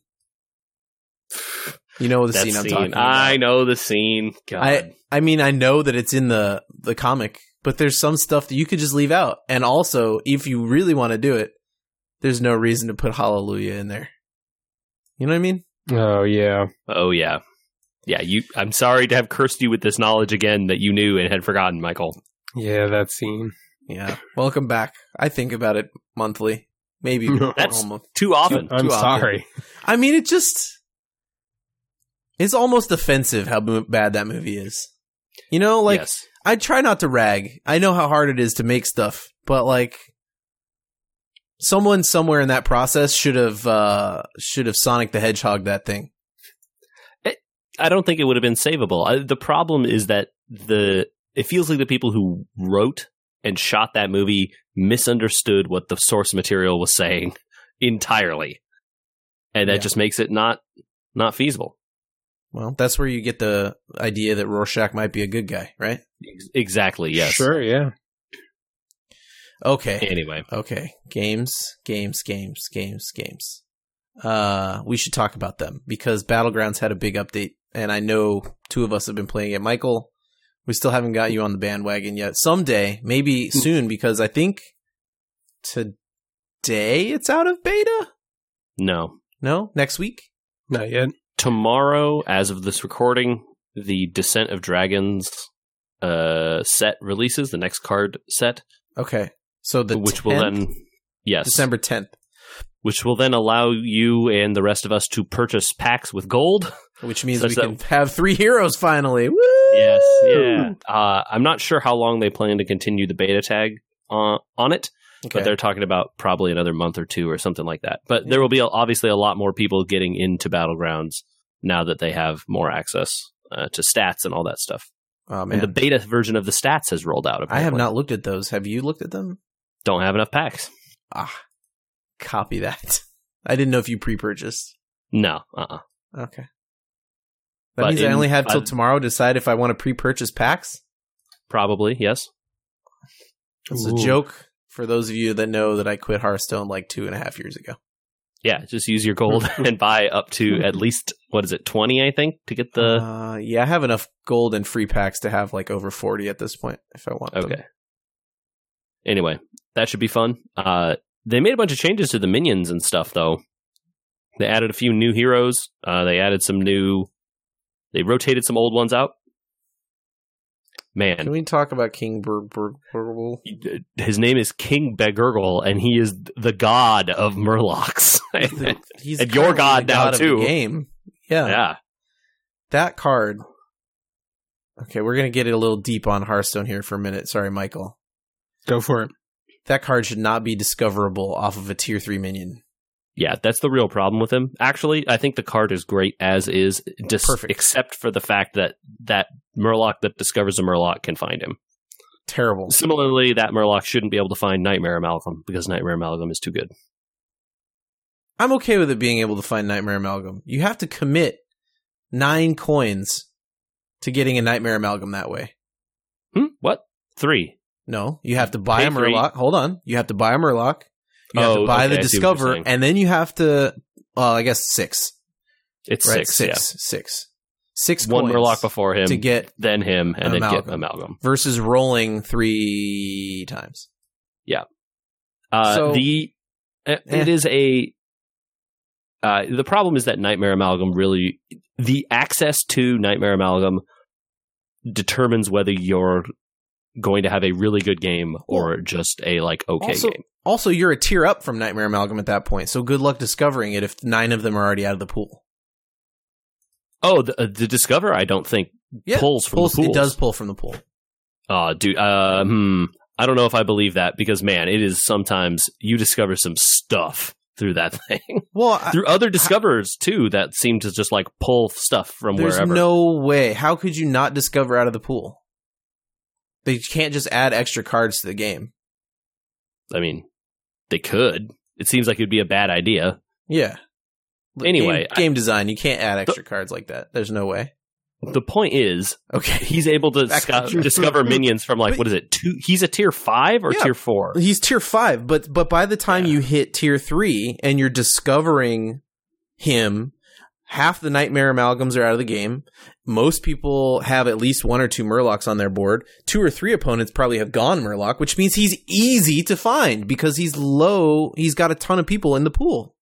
[SPEAKER 1] You know the
[SPEAKER 3] that
[SPEAKER 1] scene I'm
[SPEAKER 3] scene.
[SPEAKER 1] talking about.
[SPEAKER 3] I know the scene. God.
[SPEAKER 1] I I mean I know that it's in the the comic, but there's some stuff that you could just leave out. And also, if you really want to do it, there's no reason to put Hallelujah in there. You know what I mean?
[SPEAKER 2] [LAUGHS] oh yeah,
[SPEAKER 3] oh yeah. Yeah, you I'm sorry to have cursed you with this knowledge again that you knew and had forgotten, Michael.
[SPEAKER 2] yeah, that scene.
[SPEAKER 1] Yeah. Welcome back. I think about it monthly, maybe
[SPEAKER 2] That's-
[SPEAKER 1] almost.
[SPEAKER 3] Too often.
[SPEAKER 1] [LAUGHS]
[SPEAKER 2] I'm
[SPEAKER 1] Too often.
[SPEAKER 2] sorry.
[SPEAKER 1] I mean, it just. It's almost offensive how mo- bad that movie is. You know, like,
[SPEAKER 3] yes.
[SPEAKER 1] I try not to rag. I know how hard it is to make stuff, but, like, someone somewhere in that process should have, uh, should have Sonic the Hedgehog that thing.
[SPEAKER 3] I don't think it would have been savable. I, the problem is that the it feels like the people who wrote and shot that movie misunderstood what the source material was saying [LAUGHS] entirely, and that
[SPEAKER 1] Yeah.
[SPEAKER 3] just makes it not not feasible.
[SPEAKER 1] Well, that's where you get the idea that Rorschach might be a good guy, right?
[SPEAKER 3] Ex- exactly. Yes.
[SPEAKER 2] Sure. Yeah.
[SPEAKER 1] Okay.
[SPEAKER 3] Anyway,
[SPEAKER 1] Okay. Games, games, games, games, games. Uh, we should talk about them because Battlegrounds had a big update, and I know two of us have been playing it. Michael, we still haven't got you on the bandwagon yet. Someday,
[SPEAKER 3] [LAUGHS]
[SPEAKER 1] maybe soon, because I think today it's out of beta.
[SPEAKER 3] no.
[SPEAKER 1] No, next week.
[SPEAKER 2] Not yet.
[SPEAKER 3] Tomorrow, as of this recording, the Descent of Dragons uh, set releases the next card set.
[SPEAKER 1] Okay, So the
[SPEAKER 3] which
[SPEAKER 1] 10th,
[SPEAKER 3] will then yes,
[SPEAKER 1] December 10th.
[SPEAKER 3] which will then allow you and the rest of us to purchase packs with gold.
[SPEAKER 1] Which means
[SPEAKER 3] Such
[SPEAKER 1] we can
[SPEAKER 3] that-
[SPEAKER 1] have three heroes finally. Woo!
[SPEAKER 3] Yes, yeah. Uh, I'm not sure how long they plan to continue the beta tag on, on it,
[SPEAKER 1] Okay.
[SPEAKER 3] but they're talking about probably another month or two or something like that. But there will be a, obviously a lot more people getting into battlegrounds now that they have more access uh, to stats and all that stuff.
[SPEAKER 1] oh,
[SPEAKER 3] And the
[SPEAKER 1] man.
[SPEAKER 3] beta version of the stats has rolled
[SPEAKER 1] I
[SPEAKER 3] out.
[SPEAKER 1] have
[SPEAKER 3] apparently.
[SPEAKER 1] not looked at those. Have you looked at them?
[SPEAKER 3] Don't have enough packs.
[SPEAKER 1] Ah, copy that. [LAUGHS] I didn't know if you pre-purchased.
[SPEAKER 3] No. Uh. uh
[SPEAKER 1] Okay. That
[SPEAKER 3] But
[SPEAKER 1] means I
[SPEAKER 3] in-
[SPEAKER 1] only have till
[SPEAKER 3] I-
[SPEAKER 1] tomorrow to decide if I want to pre-purchase packs.
[SPEAKER 3] Probably yes.
[SPEAKER 1] It's
[SPEAKER 2] Ooh.
[SPEAKER 1] a joke for those of you that know that I quit Hearthstone like two and a half years ago.
[SPEAKER 3] Yeah. Just use your gold
[SPEAKER 1] [LAUGHS]
[SPEAKER 3] and buy up to at least what is it twenty? I think to get the
[SPEAKER 1] uh, yeah, I have enough gold and free packs to have like over forty at this point if I want.
[SPEAKER 3] Okay.
[SPEAKER 1] Them.
[SPEAKER 3] Anyway, that should be fun. Uh, they made a bunch of changes to the minions and stuff, though. They added a few new heroes. Uh, they added some new. They rotated some old ones out.
[SPEAKER 1] Can
[SPEAKER 3] Man,
[SPEAKER 1] we talk about King Bur- Bur- Burble? [LAUGHS]
[SPEAKER 3] his name is King Begurgle, and he is the god of Murlocs. [LAUGHS]
[SPEAKER 1] He's
[SPEAKER 3] And your
[SPEAKER 1] currently
[SPEAKER 3] god
[SPEAKER 1] the
[SPEAKER 3] now,
[SPEAKER 1] of the
[SPEAKER 3] too.
[SPEAKER 1] game. Yeah,
[SPEAKER 3] yeah,
[SPEAKER 1] that card. Okay, we're gonna get it a little deep on Hearthstone here for a minute. Sorry, Michael.
[SPEAKER 2] Go for it. [LAUGHS]
[SPEAKER 1] That card should not be discoverable off of a tier three minion.
[SPEAKER 3] yeah, that's the real problem with him. Actually, I think the card is great as is, dis-
[SPEAKER 1] Perfect.
[SPEAKER 3] except for the fact that that Murloc that discovers a Murloc can find him.
[SPEAKER 1] Terrible.
[SPEAKER 3] Similarly, that Murloc shouldn't be able to find Nightmare Amalgam because Nightmare Amalgam is too good.
[SPEAKER 1] I'm okay with it being able to find Nightmare Amalgam. You have to commit nine coins to getting a Nightmare Amalgam that way.
[SPEAKER 3] Hmm? What? Three.
[SPEAKER 1] No, you have to buy
[SPEAKER 3] Pay
[SPEAKER 1] a
[SPEAKER 3] three.
[SPEAKER 1] Murloc. Hold on. You have to buy a Murloc. You have
[SPEAKER 3] Oh,
[SPEAKER 1] to buy the
[SPEAKER 3] okay, I see what you're
[SPEAKER 1] Discover,
[SPEAKER 3] saying.
[SPEAKER 1] and then you have to, well, I guess six.
[SPEAKER 3] It's
[SPEAKER 1] Right?
[SPEAKER 3] six.
[SPEAKER 1] six. Six. Six
[SPEAKER 3] yeah. One
[SPEAKER 1] coins
[SPEAKER 3] Murloc before him,
[SPEAKER 1] to get
[SPEAKER 3] then him, and then get
[SPEAKER 1] Amalgam.
[SPEAKER 3] Amalgam.
[SPEAKER 1] versus rolling three times.
[SPEAKER 3] Uh,
[SPEAKER 1] So-
[SPEAKER 3] the uh, it it
[SPEAKER 1] Eh.
[SPEAKER 3] is a uh, the problem is that Nightmare Amalgam really the access to Nightmare Amalgam determines whether you're going to have a really good game or just a like okay
[SPEAKER 1] Also-
[SPEAKER 3] game.
[SPEAKER 1] Also, you're a tier up from Nightmare Amalgam at that point, so good luck discovering it if nine of them are already out of the pool.
[SPEAKER 3] Oh, the, uh, the Discover I don't think
[SPEAKER 1] Yeah,
[SPEAKER 3] pulls from
[SPEAKER 1] Pulls,
[SPEAKER 3] the pool.
[SPEAKER 1] it does pull from the pool.
[SPEAKER 3] Oh, dude. Uh, hmm. I don't know if I believe that because, man, it is sometimes you discover some stuff through that [LAUGHS] thing.
[SPEAKER 1] Well, I,
[SPEAKER 3] through other discoverers, too, that seem to just like pull stuff from
[SPEAKER 1] There's
[SPEAKER 3] wherever.
[SPEAKER 1] no way. How could you not discover out of the pool? They can't just add extra cards to the game.
[SPEAKER 3] I mean, they could. It seems like it'd be a bad idea.
[SPEAKER 1] Yeah.
[SPEAKER 3] Anyway,
[SPEAKER 1] game, game design. You can't add extra cards like that. There's no way.
[SPEAKER 3] The point is,
[SPEAKER 1] Okay.
[SPEAKER 3] he's able to
[SPEAKER 1] Back to
[SPEAKER 3] sco-
[SPEAKER 1] the- [LAUGHS]
[SPEAKER 3] discover minions from like,
[SPEAKER 1] But-
[SPEAKER 3] what is it? Two? He's a tier five or
[SPEAKER 1] Yeah.
[SPEAKER 3] tier four?
[SPEAKER 1] He's tier five, but but by the time
[SPEAKER 3] Yeah.
[SPEAKER 1] you hit tier three and you're discovering him, half the nightmare amalgams are out of the game. Most people have at least one or two Murlocs on their board. Two or three opponents probably have gone Murloc, which means he's easy to find because he's low. He's got a ton of people in the pool,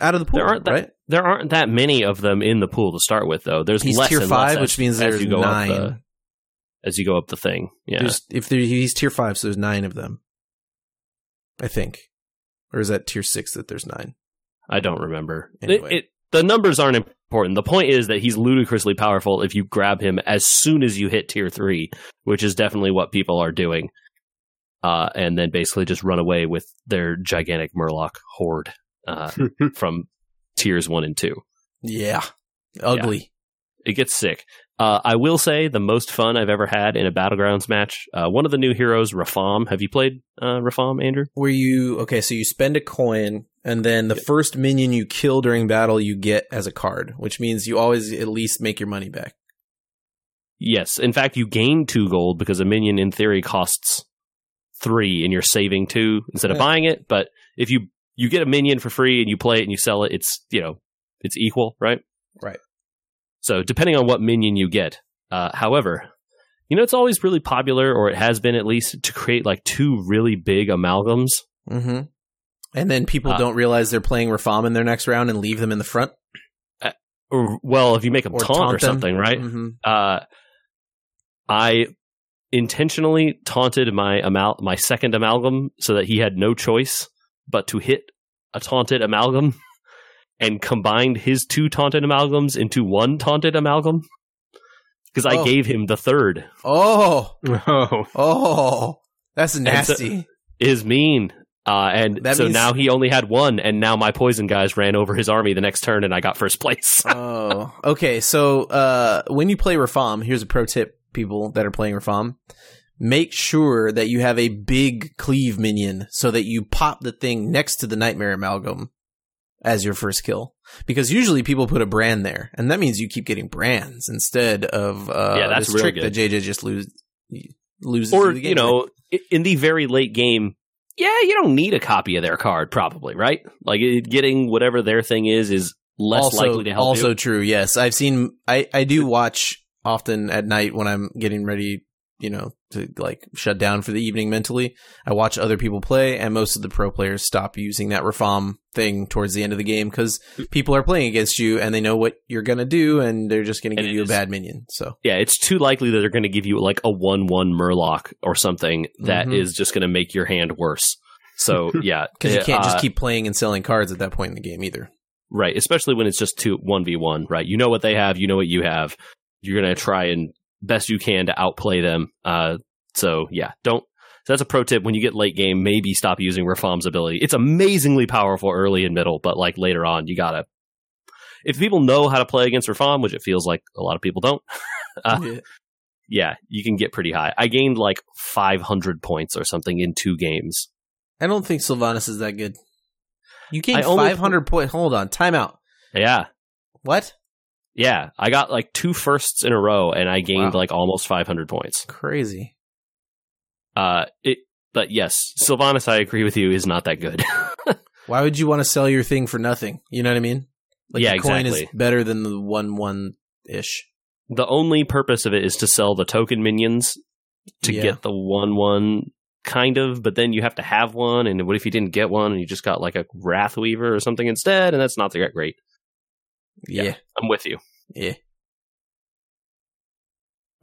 [SPEAKER 1] out of the pool.
[SPEAKER 3] There aren't that-
[SPEAKER 1] right?
[SPEAKER 3] There aren't that many of them in the pool to start with, though. There's
[SPEAKER 1] He's
[SPEAKER 3] less
[SPEAKER 1] tier
[SPEAKER 3] and
[SPEAKER 1] five,
[SPEAKER 3] less
[SPEAKER 1] which
[SPEAKER 3] as-
[SPEAKER 1] means
[SPEAKER 3] as
[SPEAKER 1] there's
[SPEAKER 3] you go up
[SPEAKER 1] nine.
[SPEAKER 3] the- as you go up the thing. Yeah,
[SPEAKER 1] There's, if there, he's tier five, so there's nine of them. I think, or is that tier six that there's nine?
[SPEAKER 3] I don't remember.
[SPEAKER 1] Anyway.
[SPEAKER 3] It, it, the numbers aren't important. The point is that he's ludicrously powerful if you grab him as soon as you hit tier three, which is definitely what people are doing. Uh, and then basically just run away with their gigantic Murloc horde uh, from tiers one and two.
[SPEAKER 1] Yeah, ugly.
[SPEAKER 3] It gets sick. Uh, I will say the most fun I've ever had in a Battlegrounds match. Uh, one of the new heroes, Rafam. Have you played uh, Rafam, Andrew?
[SPEAKER 1] where you okay so you spend a coin and then the
[SPEAKER 3] Yeah.
[SPEAKER 1] first minion you kill during battle you get as a card which means you always at least make your money back
[SPEAKER 3] Yes. In fact, you gain two gold because a minion in theory costs three and you're saving two instead of
[SPEAKER 1] Yeah.
[SPEAKER 3] buying it. But if you you get a minion for free and you play it and you sell it, it's you know, it's equal, right?
[SPEAKER 1] Right.
[SPEAKER 3] So depending on what minion you get. Uh, however, you know it's always really popular, or it has been at least, to create like two really big amalgams.
[SPEAKER 1] mm-hmm. and then people
[SPEAKER 3] Uh,
[SPEAKER 1] don't realize they're playing Rafam in their next round and leave them in the front
[SPEAKER 3] Or well, if you make them
[SPEAKER 1] Or
[SPEAKER 3] taunt, or
[SPEAKER 1] taunt them.
[SPEAKER 3] something, right?
[SPEAKER 1] mm-hmm.
[SPEAKER 3] uh, I intentionally taunted my amal- my second amalgam so that he had no choice but to hit a taunted amalgam [LAUGHS] and combined his two taunted amalgams into one taunted amalgam because I
[SPEAKER 1] Oh.
[SPEAKER 3] gave him the third.
[SPEAKER 1] Oh,
[SPEAKER 2] Oh,
[SPEAKER 1] oh, that's nasty.
[SPEAKER 3] Is mean. Uh, and
[SPEAKER 1] That
[SPEAKER 3] so
[SPEAKER 1] means-
[SPEAKER 3] now he only had one, and now my poison guys ran over his army the next turn, and I got first place.
[SPEAKER 1] [LAUGHS] oh, okay. So uh, when you play Rafam, here's a pro tip, people that are playing Rafam. Make sure that you have a big cleave minion so that you pop the thing next to the nightmare amalgam as your first kill. Because usually people put a brand there, and that means you keep getting brands instead of uh,
[SPEAKER 3] Yeah, that's
[SPEAKER 1] this
[SPEAKER 3] real
[SPEAKER 1] trick
[SPEAKER 3] good.
[SPEAKER 1] that JJ just lose, loses.
[SPEAKER 3] or
[SPEAKER 1] to the game
[SPEAKER 3] you know i- in the very late game yeah you don't need a copy of their card probably right like it, getting whatever their thing is is less
[SPEAKER 1] also,
[SPEAKER 3] likely to help
[SPEAKER 1] also
[SPEAKER 3] you.
[SPEAKER 1] true yes i've seen i i do watch often at night when i'm getting ready you know to like shut down for the evening mentally i watch other people play and most of the pro players stop using that reform thing towards the end of the game because
[SPEAKER 3] Mm.
[SPEAKER 1] people are playing against you and they know what you're gonna do and they're just gonna
[SPEAKER 3] And
[SPEAKER 1] give
[SPEAKER 3] it
[SPEAKER 1] you
[SPEAKER 3] is-
[SPEAKER 1] a bad minion so
[SPEAKER 3] yeah it's too likely that they're going to give you like a 1-1 murloc or something that is
[SPEAKER 1] Mhm.
[SPEAKER 3] just going to make your hand worse
[SPEAKER 1] [LAUGHS]
[SPEAKER 3] so yeah
[SPEAKER 1] because you
[SPEAKER 3] uh,
[SPEAKER 1] can't just
[SPEAKER 3] uh,
[SPEAKER 1] keep playing and selling cards at that point in the game either
[SPEAKER 3] right especially when it's just two, 1v1 right you know what they have you know what you have you're going to try and best you can to outplay them uh, so yeah don't so that's a pro tip when you get late game maybe stop using reform's ability it's amazingly powerful early and middle but like later on you gotta if people know how to play against reform which it feels like a lot of people don't Uh,
[SPEAKER 1] Yeah.
[SPEAKER 3] yeah you can get pretty high i gained like 500 points or something in two games
[SPEAKER 1] i don't think sylvanas is that good you gained
[SPEAKER 3] I only-
[SPEAKER 1] 500 point hold on timeout
[SPEAKER 3] yeah
[SPEAKER 1] what
[SPEAKER 3] yeah i got like two firsts in a row and i gained
[SPEAKER 1] Wow.
[SPEAKER 3] like almost 500 points
[SPEAKER 1] crazy
[SPEAKER 3] Uh, it, but yes, Sylvanas, I agree with you, is not that
[SPEAKER 1] [LAUGHS]
[SPEAKER 3] good.
[SPEAKER 1] Why would you want to sell your thing for nothing? You know what I mean?
[SPEAKER 3] Yeah,
[SPEAKER 1] the coin is
[SPEAKER 3] exactly.
[SPEAKER 1] better than the one one ish.
[SPEAKER 3] the only purpose of it is to sell the token minions to
[SPEAKER 1] Yeah.
[SPEAKER 3] get the one one kind of, but then you have to have one. And what if you didn't get one and you just got like a Wrath Weaver or something instead? And that's not that great.
[SPEAKER 1] Yeah. yeah.
[SPEAKER 3] I'm with you.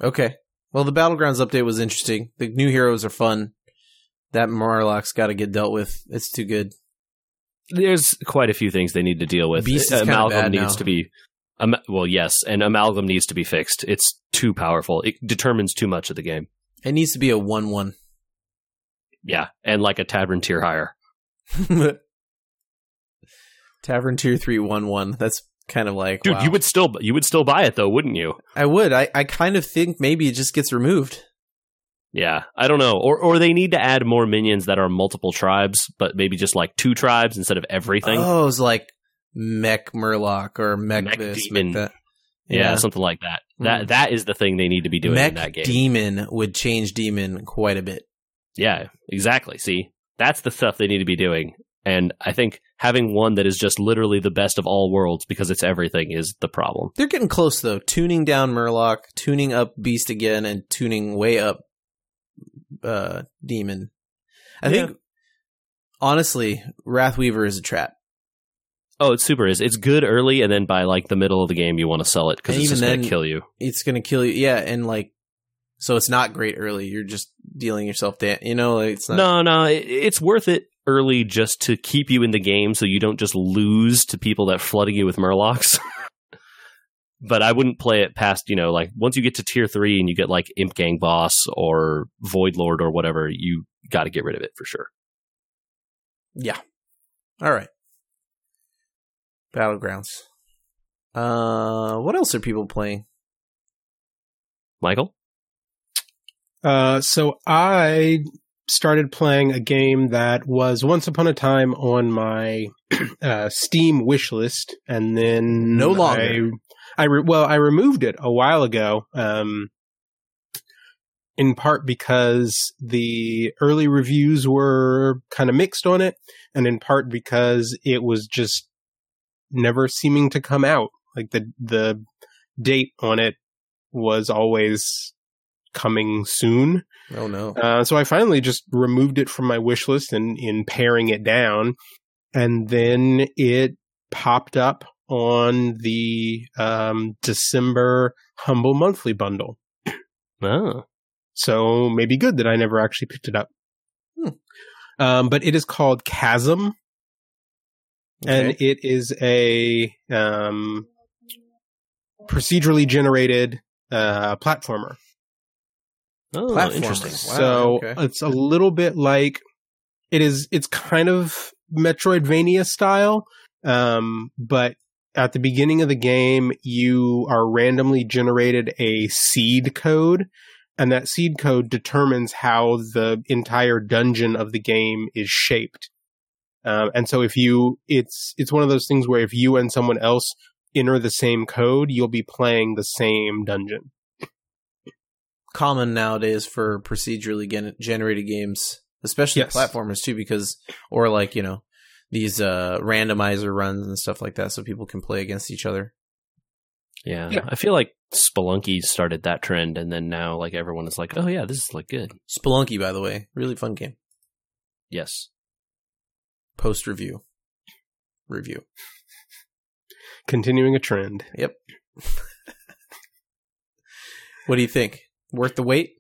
[SPEAKER 1] Okay. Well, the battlegrounds update was interesting. The new heroes are fun. That Marlock's got to get dealt with. It's too good.
[SPEAKER 3] There's quite a few things they need to deal with.
[SPEAKER 1] Beast is kinda
[SPEAKER 3] Amalgam
[SPEAKER 1] bad
[SPEAKER 3] needs
[SPEAKER 1] now.
[SPEAKER 3] to be. Am- well, yes, and amalgam needs to be fixed. It's too powerful. It determines too much of the game.
[SPEAKER 1] It needs to be a one one.
[SPEAKER 3] Yeah, and like a tavern tier higher.
[SPEAKER 1] [LAUGHS] Tavern tier three one one. That's kind of like
[SPEAKER 3] Dude,
[SPEAKER 1] wow.
[SPEAKER 3] you would still you would still buy it though, wouldn't you?
[SPEAKER 1] I would. I I kind of think maybe it just gets removed.
[SPEAKER 3] Yeah, I don't know. Or or they need to add more minions that are multiple tribes, but maybe just like two tribes instead of everything.
[SPEAKER 1] Oh, it's like Mech Murloc or Mech,
[SPEAKER 3] Mech
[SPEAKER 1] this,
[SPEAKER 3] Demon.
[SPEAKER 1] Mech that.
[SPEAKER 3] yeah, something like that.
[SPEAKER 1] Mm.
[SPEAKER 3] That that is the thing they need to be doing
[SPEAKER 1] Mech
[SPEAKER 3] in that game.
[SPEAKER 1] Demon would change Demon quite a bit.
[SPEAKER 3] yeah, exactly. See, that's the stuff they need to be doing. And I think having one that is just literally the best of all worlds because it's everything is the problem.
[SPEAKER 1] They're getting close though. Tuning down Murloc, tuning up Beast again, and tuning way up uh Demon. I
[SPEAKER 3] Yeah.
[SPEAKER 1] think honestly, Wrathweaver is a trap.
[SPEAKER 3] Oh, it super is. It's good early, and then by like the middle of the game, you want to sell it because
[SPEAKER 1] And
[SPEAKER 3] it's
[SPEAKER 1] even
[SPEAKER 3] just going
[SPEAKER 1] then-
[SPEAKER 3] to kill you.
[SPEAKER 1] It's gonna kill you. Yeah, and like so it's not great early. You're just dealing yourself down. You know, like, it's not
[SPEAKER 3] No, no, it, it's worth it early just to keep you in the game so you don't just lose to people that flooding you with murlocs. [LAUGHS] but I wouldn't play it past, you know, like once you get to tier 3 and you get like Imp Gang Boss or Void Lord or whatever, you got to get rid of it for sure.
[SPEAKER 1] Yeah. All right. Battlegrounds. Uh what else are people playing?
[SPEAKER 3] Michael?
[SPEAKER 2] Uh, so I started playing a game that was once upon a time on my [CLEARS THROAT] uh, Steam wish list, and then
[SPEAKER 1] No longer.
[SPEAKER 2] I, I re- well, I removed it a while ago. Um, in part because the early reviews were kind of mixed on it, and in part because it was just never seeming to come out. Like the the date on it was always coming soon.
[SPEAKER 1] Oh no.
[SPEAKER 2] Uh, so I finally just removed it from my wish list and in paring it down, and then it popped up on the um, December Humble Monthly bundle.
[SPEAKER 3] Oh.
[SPEAKER 2] So maybe good that I never actually picked it up.
[SPEAKER 1] Hmm.
[SPEAKER 2] Um, but it is called Chasm, and
[SPEAKER 1] Okay.
[SPEAKER 2] it is a um, procedurally generated uh, platformer.
[SPEAKER 3] Oh,
[SPEAKER 1] Platformer.
[SPEAKER 3] interesting.
[SPEAKER 1] Wow,
[SPEAKER 2] so
[SPEAKER 1] okay.
[SPEAKER 2] it's a little bit like it is. It's kind of Metroidvania style, um, but at the beginning of the game, you are randomly generated a seed code, and that seed code determines how the entire dungeon of the game is shaped. Um, and so, if you, it's it's one of those things where if you and someone else enter the same code, you'll be playing the same dungeon.
[SPEAKER 1] common nowadays for procedurally gen- generated games, especially
[SPEAKER 2] Yes.
[SPEAKER 1] platformers too, because or like you know these uh randomizer runs and stuff like that, so people can play against each other.
[SPEAKER 3] Yeah.
[SPEAKER 2] Yeah.
[SPEAKER 3] I feel like Spelunky started that trend, and then now like everyone is like, oh yeah, this is like good.
[SPEAKER 1] Spelunky, by the way, really fun game.
[SPEAKER 3] Yes.
[SPEAKER 1] Post review, review.
[SPEAKER 2] continuing a trend.
[SPEAKER 1] What do you think? Worth the wait?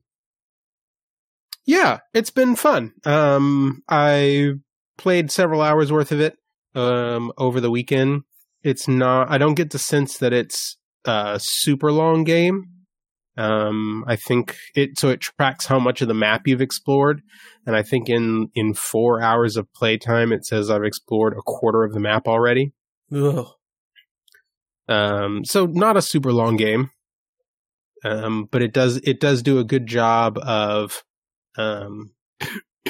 [SPEAKER 2] Yeah, it's been fun. Um, I played several hours worth of it um, over the weekend. It's not. I don't get the sense that it's a super long game. Um, I think it so it tracks how much of the map you've explored, and I think in in four hours of playtime, it says I've explored a quarter of the map already.
[SPEAKER 1] Ugh.
[SPEAKER 2] Um, so not a super long game, um, but it does it does do a good job of, um, [COUGHS]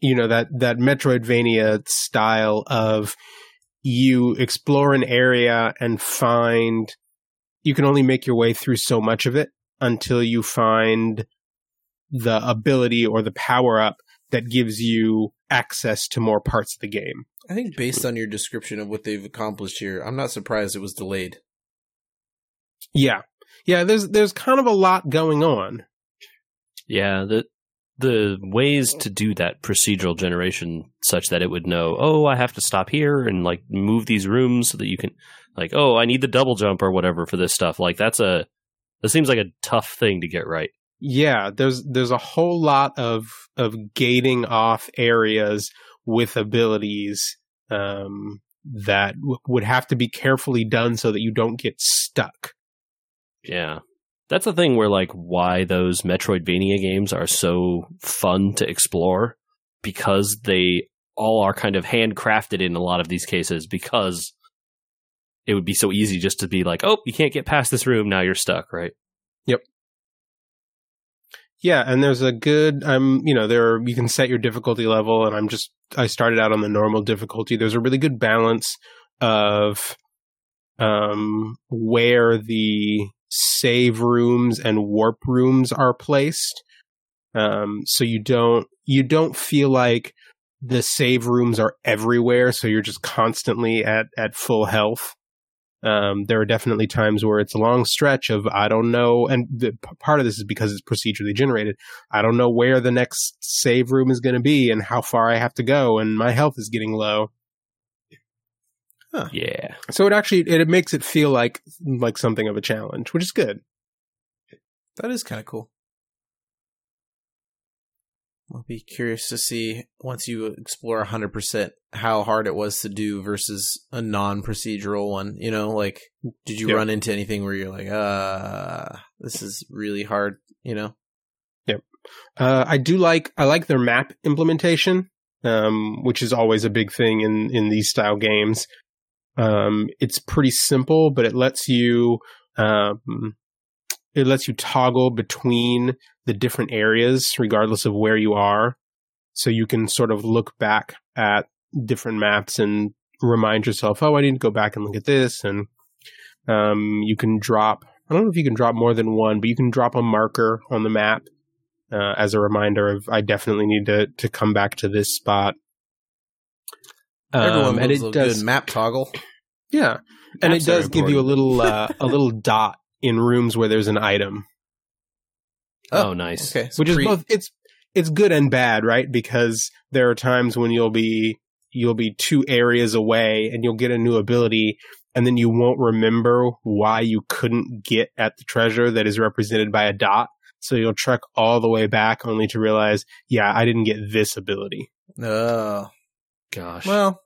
[SPEAKER 2] you know that that Metroidvania style of you explore an area and find you can only make your way through so much of it until you find the ability or the power up that gives you access to more parts of the game.
[SPEAKER 1] I think based on your description of what they've accomplished here, I'm not surprised it was delayed.
[SPEAKER 2] Yeah. Yeah, there's there's kind of a lot going on.
[SPEAKER 3] Yeah. The the ways to do that procedural generation such that it would know, oh, I have to stop here and like move these rooms so that you can like, oh, I need the double jump or whatever for this stuff. Like that's a that seems like a tough thing to get right.
[SPEAKER 2] yeah there's there's a whole lot of of gating off areas with abilities um that w- would have to be carefully done so that you don't get stuck
[SPEAKER 3] Yeah. That's the thing where like why those Metroidvania games are so fun to explore because they all are kind of handcrafted in a lot of these cases because it would be so easy just to be like, "Oh, you can't get past this room, now you're stuck," right?
[SPEAKER 2] yeah and there's a good i'm you know there are, you can set your difficulty level and i'm just i started out on the normal difficulty there's a really good balance of um where the save rooms and warp rooms are placed um so you don't you don't feel like the save rooms are everywhere so you're just constantly at at full health um there are definitely times where it's a long stretch of i don't know and the, p- part of this is because it's procedurally generated i don't know where the next save room is going to be and how far i have to go and my health is getting low
[SPEAKER 3] Yeah.
[SPEAKER 2] so it actually it, it makes it feel like like something of a challenge, which is good.
[SPEAKER 1] That is kind of cool. I'll be curious to see once you explore 100% how hard it was to do versus a non procedural one. You know, like, did you
[SPEAKER 2] Yep.
[SPEAKER 1] run into anything where you're like, uh, this is really hard, you know?
[SPEAKER 2] Uh, I do like I like their map implementation, um, which is always a big thing in in these style games. Um, it's pretty simple, but it lets you um, it lets you toggle between the different areas regardless of where you are, so you can sort of look back at different maps and remind yourself, oh, I need to go back and look at this, and um, you can drop. I don't know if you can drop more than one, but you can drop a marker on the map uh, as a reminder of I definitely need to to come back to this spot. Um,
[SPEAKER 1] Everyone
[SPEAKER 2] and
[SPEAKER 1] loves
[SPEAKER 2] it
[SPEAKER 1] a
[SPEAKER 2] does,
[SPEAKER 1] good map toggle.
[SPEAKER 2] yeah, and it
[SPEAKER 3] Maps are
[SPEAKER 2] does give you a
[SPEAKER 3] important.
[SPEAKER 2] little uh, a little dot in rooms where there's an item,
[SPEAKER 1] Oh,
[SPEAKER 3] Oh, nice.
[SPEAKER 1] Okay. so
[SPEAKER 2] which
[SPEAKER 1] pre-
[SPEAKER 2] is both it's it's good and bad, right? Because there are times when you'll be you'll be two areas away and you'll get a new ability and then you won't remember why you couldn't get at the treasure that is represented by a dot. So you'll trek all the way back only to realize, yeah, I didn't get this ability.
[SPEAKER 1] Oh,
[SPEAKER 3] Gosh.
[SPEAKER 1] well,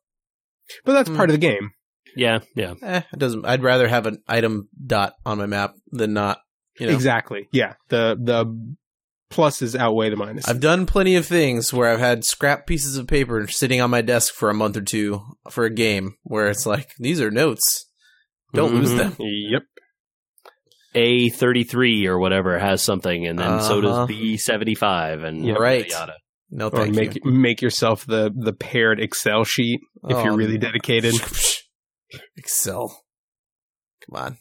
[SPEAKER 2] But that's
[SPEAKER 1] Hmm.
[SPEAKER 2] part of the game.
[SPEAKER 3] yeah, yeah.
[SPEAKER 1] eh, it doesn't. I'd rather have an item dot on my map than not. You know,
[SPEAKER 2] Exactly. Yeah. The the pluses outweigh the minuses.
[SPEAKER 1] I've done plenty of things where I've had scrap pieces of paper sitting on my desk for a month or two for a game where it's like these are notes. Don't lose
[SPEAKER 2] Mm-hmm.
[SPEAKER 3] Mhm.
[SPEAKER 1] them.
[SPEAKER 2] yep.
[SPEAKER 3] A33 or whatever has something, and then so
[SPEAKER 1] Uh-huh.
[SPEAKER 3] does B75 and
[SPEAKER 2] Yeah,
[SPEAKER 3] yada,
[SPEAKER 1] right.
[SPEAKER 3] yada.
[SPEAKER 1] No,
[SPEAKER 2] Or
[SPEAKER 1] thank
[SPEAKER 2] make
[SPEAKER 1] you.
[SPEAKER 2] make yourself the the paired Excel sheet if
[SPEAKER 1] Oh,
[SPEAKER 2] you're really
[SPEAKER 1] no.
[SPEAKER 2] [LAUGHS] dedicated.
[SPEAKER 1] [LAUGHS] Excel. Come on.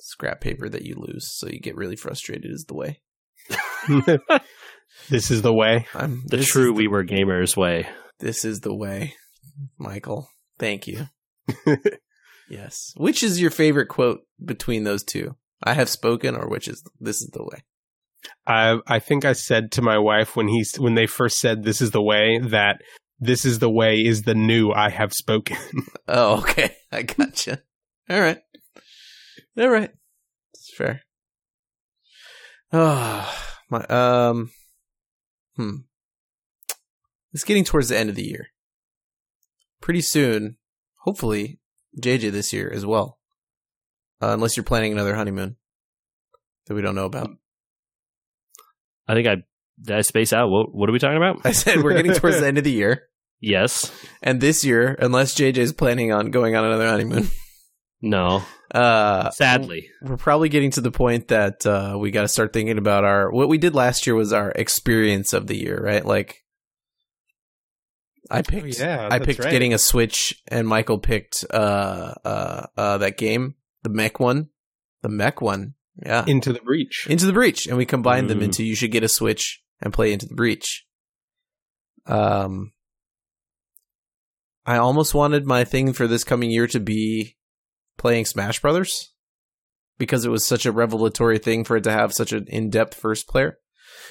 [SPEAKER 1] Scrap paper that you lose, so you get really frustrated is the way.
[SPEAKER 2] this is the way.
[SPEAKER 1] I'm
[SPEAKER 3] The
[SPEAKER 1] this is
[SPEAKER 3] true We Were Gamers way.
[SPEAKER 1] This is the way, Michael. Thank you.
[SPEAKER 2] [LAUGHS]
[SPEAKER 1] yes. Which is your favorite quote between those two? I have spoken, or which is this is the way?
[SPEAKER 2] I I think I said to my wife when he's when they first said this is the way that this is the way is the new I have spoken.
[SPEAKER 1] Oh, [LAUGHS] okay. I gotcha. All right. All right. It's fair. Oh, my, um, hmm. It's getting towards the end of the year. Pretty soon, hopefully, JJ this year as well. Uh, unless you're planning another honeymoon that we don't know about.
[SPEAKER 3] I think I did I space out. What, what are we talking about?
[SPEAKER 1] I said we're getting towards the end of the year.
[SPEAKER 3] Yes.
[SPEAKER 1] And this year, unless JJ's planning on going on another honeymoon,
[SPEAKER 3] No.
[SPEAKER 1] uh,
[SPEAKER 3] Sadly.
[SPEAKER 1] we're probably getting to the point that uh, we got to start thinking about our what we did last year was our experience of the year, right? Like, I picked,
[SPEAKER 2] yeah,
[SPEAKER 1] I picked getting a Switch, and Michael picked uh, uh, uh, that game, the mech one, the mech one, yeah,
[SPEAKER 2] into the breach.
[SPEAKER 1] Into the Breach, and we combined them
[SPEAKER 3] Mm.
[SPEAKER 1] into you should get a Switch and play Into the Breach. Um, I almost wanted my thing for this coming year to be playing Smash Brothers because it was such a revelatory thing for it to have such an in-depth first player.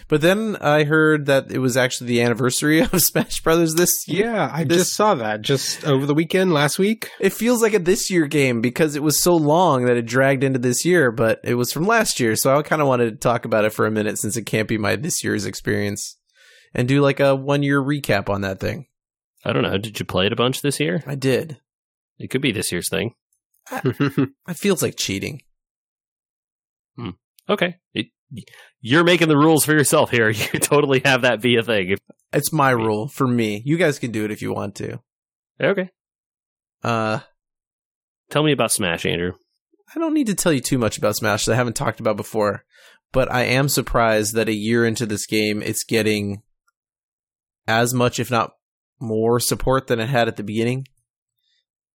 [SPEAKER 1] But then I heard that it was actually the anniversary [LAUGHS] of Smash Brothers this year.
[SPEAKER 2] yeah, I
[SPEAKER 1] This-
[SPEAKER 2] just saw that just over the weekend
[SPEAKER 1] [LAUGHS]
[SPEAKER 2] last week.
[SPEAKER 1] It feels like a this year game because it was so long that it dragged into this year, but it was from last year. So I kind of wanted to talk about it for a minute since it can't be my this year's experience and do like a one year recap on that thing.
[SPEAKER 3] I don't know. Did you play it a bunch this year?
[SPEAKER 1] I did.
[SPEAKER 3] It could be this year's thing.
[SPEAKER 1] It feels like cheating.
[SPEAKER 3] Okay. It, you're making the rules for yourself here. [LAUGHS] You totally have that be a thing. If-
[SPEAKER 1] It's my rule for me. You guys can do it if you want to.
[SPEAKER 3] okay.
[SPEAKER 1] Uh,
[SPEAKER 3] Tell me about Smash, Andrew.
[SPEAKER 1] I don't need to tell you too much about Smash that I haven't talked about before, but I am surprised that a year into this game, it's getting as much, if not more, support than it had at the beginning.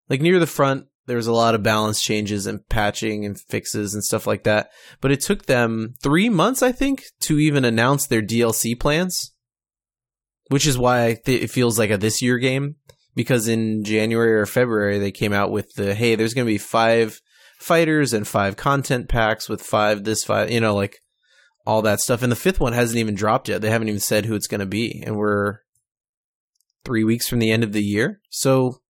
[SPEAKER 1] Like near the front, there was a lot of balance changes and patching and fixes and stuff like that. But it took them three months, I think, to even announce their DLC plans, which is why I th- it feels like a this year game. Because in January or February, they came out with the hey, there's going to be five fighters and five content packs with five this five you know like all that stuff and the fifth one hasn't even dropped yet they haven't even said who it's going to be and we're three weeks from the end of the year so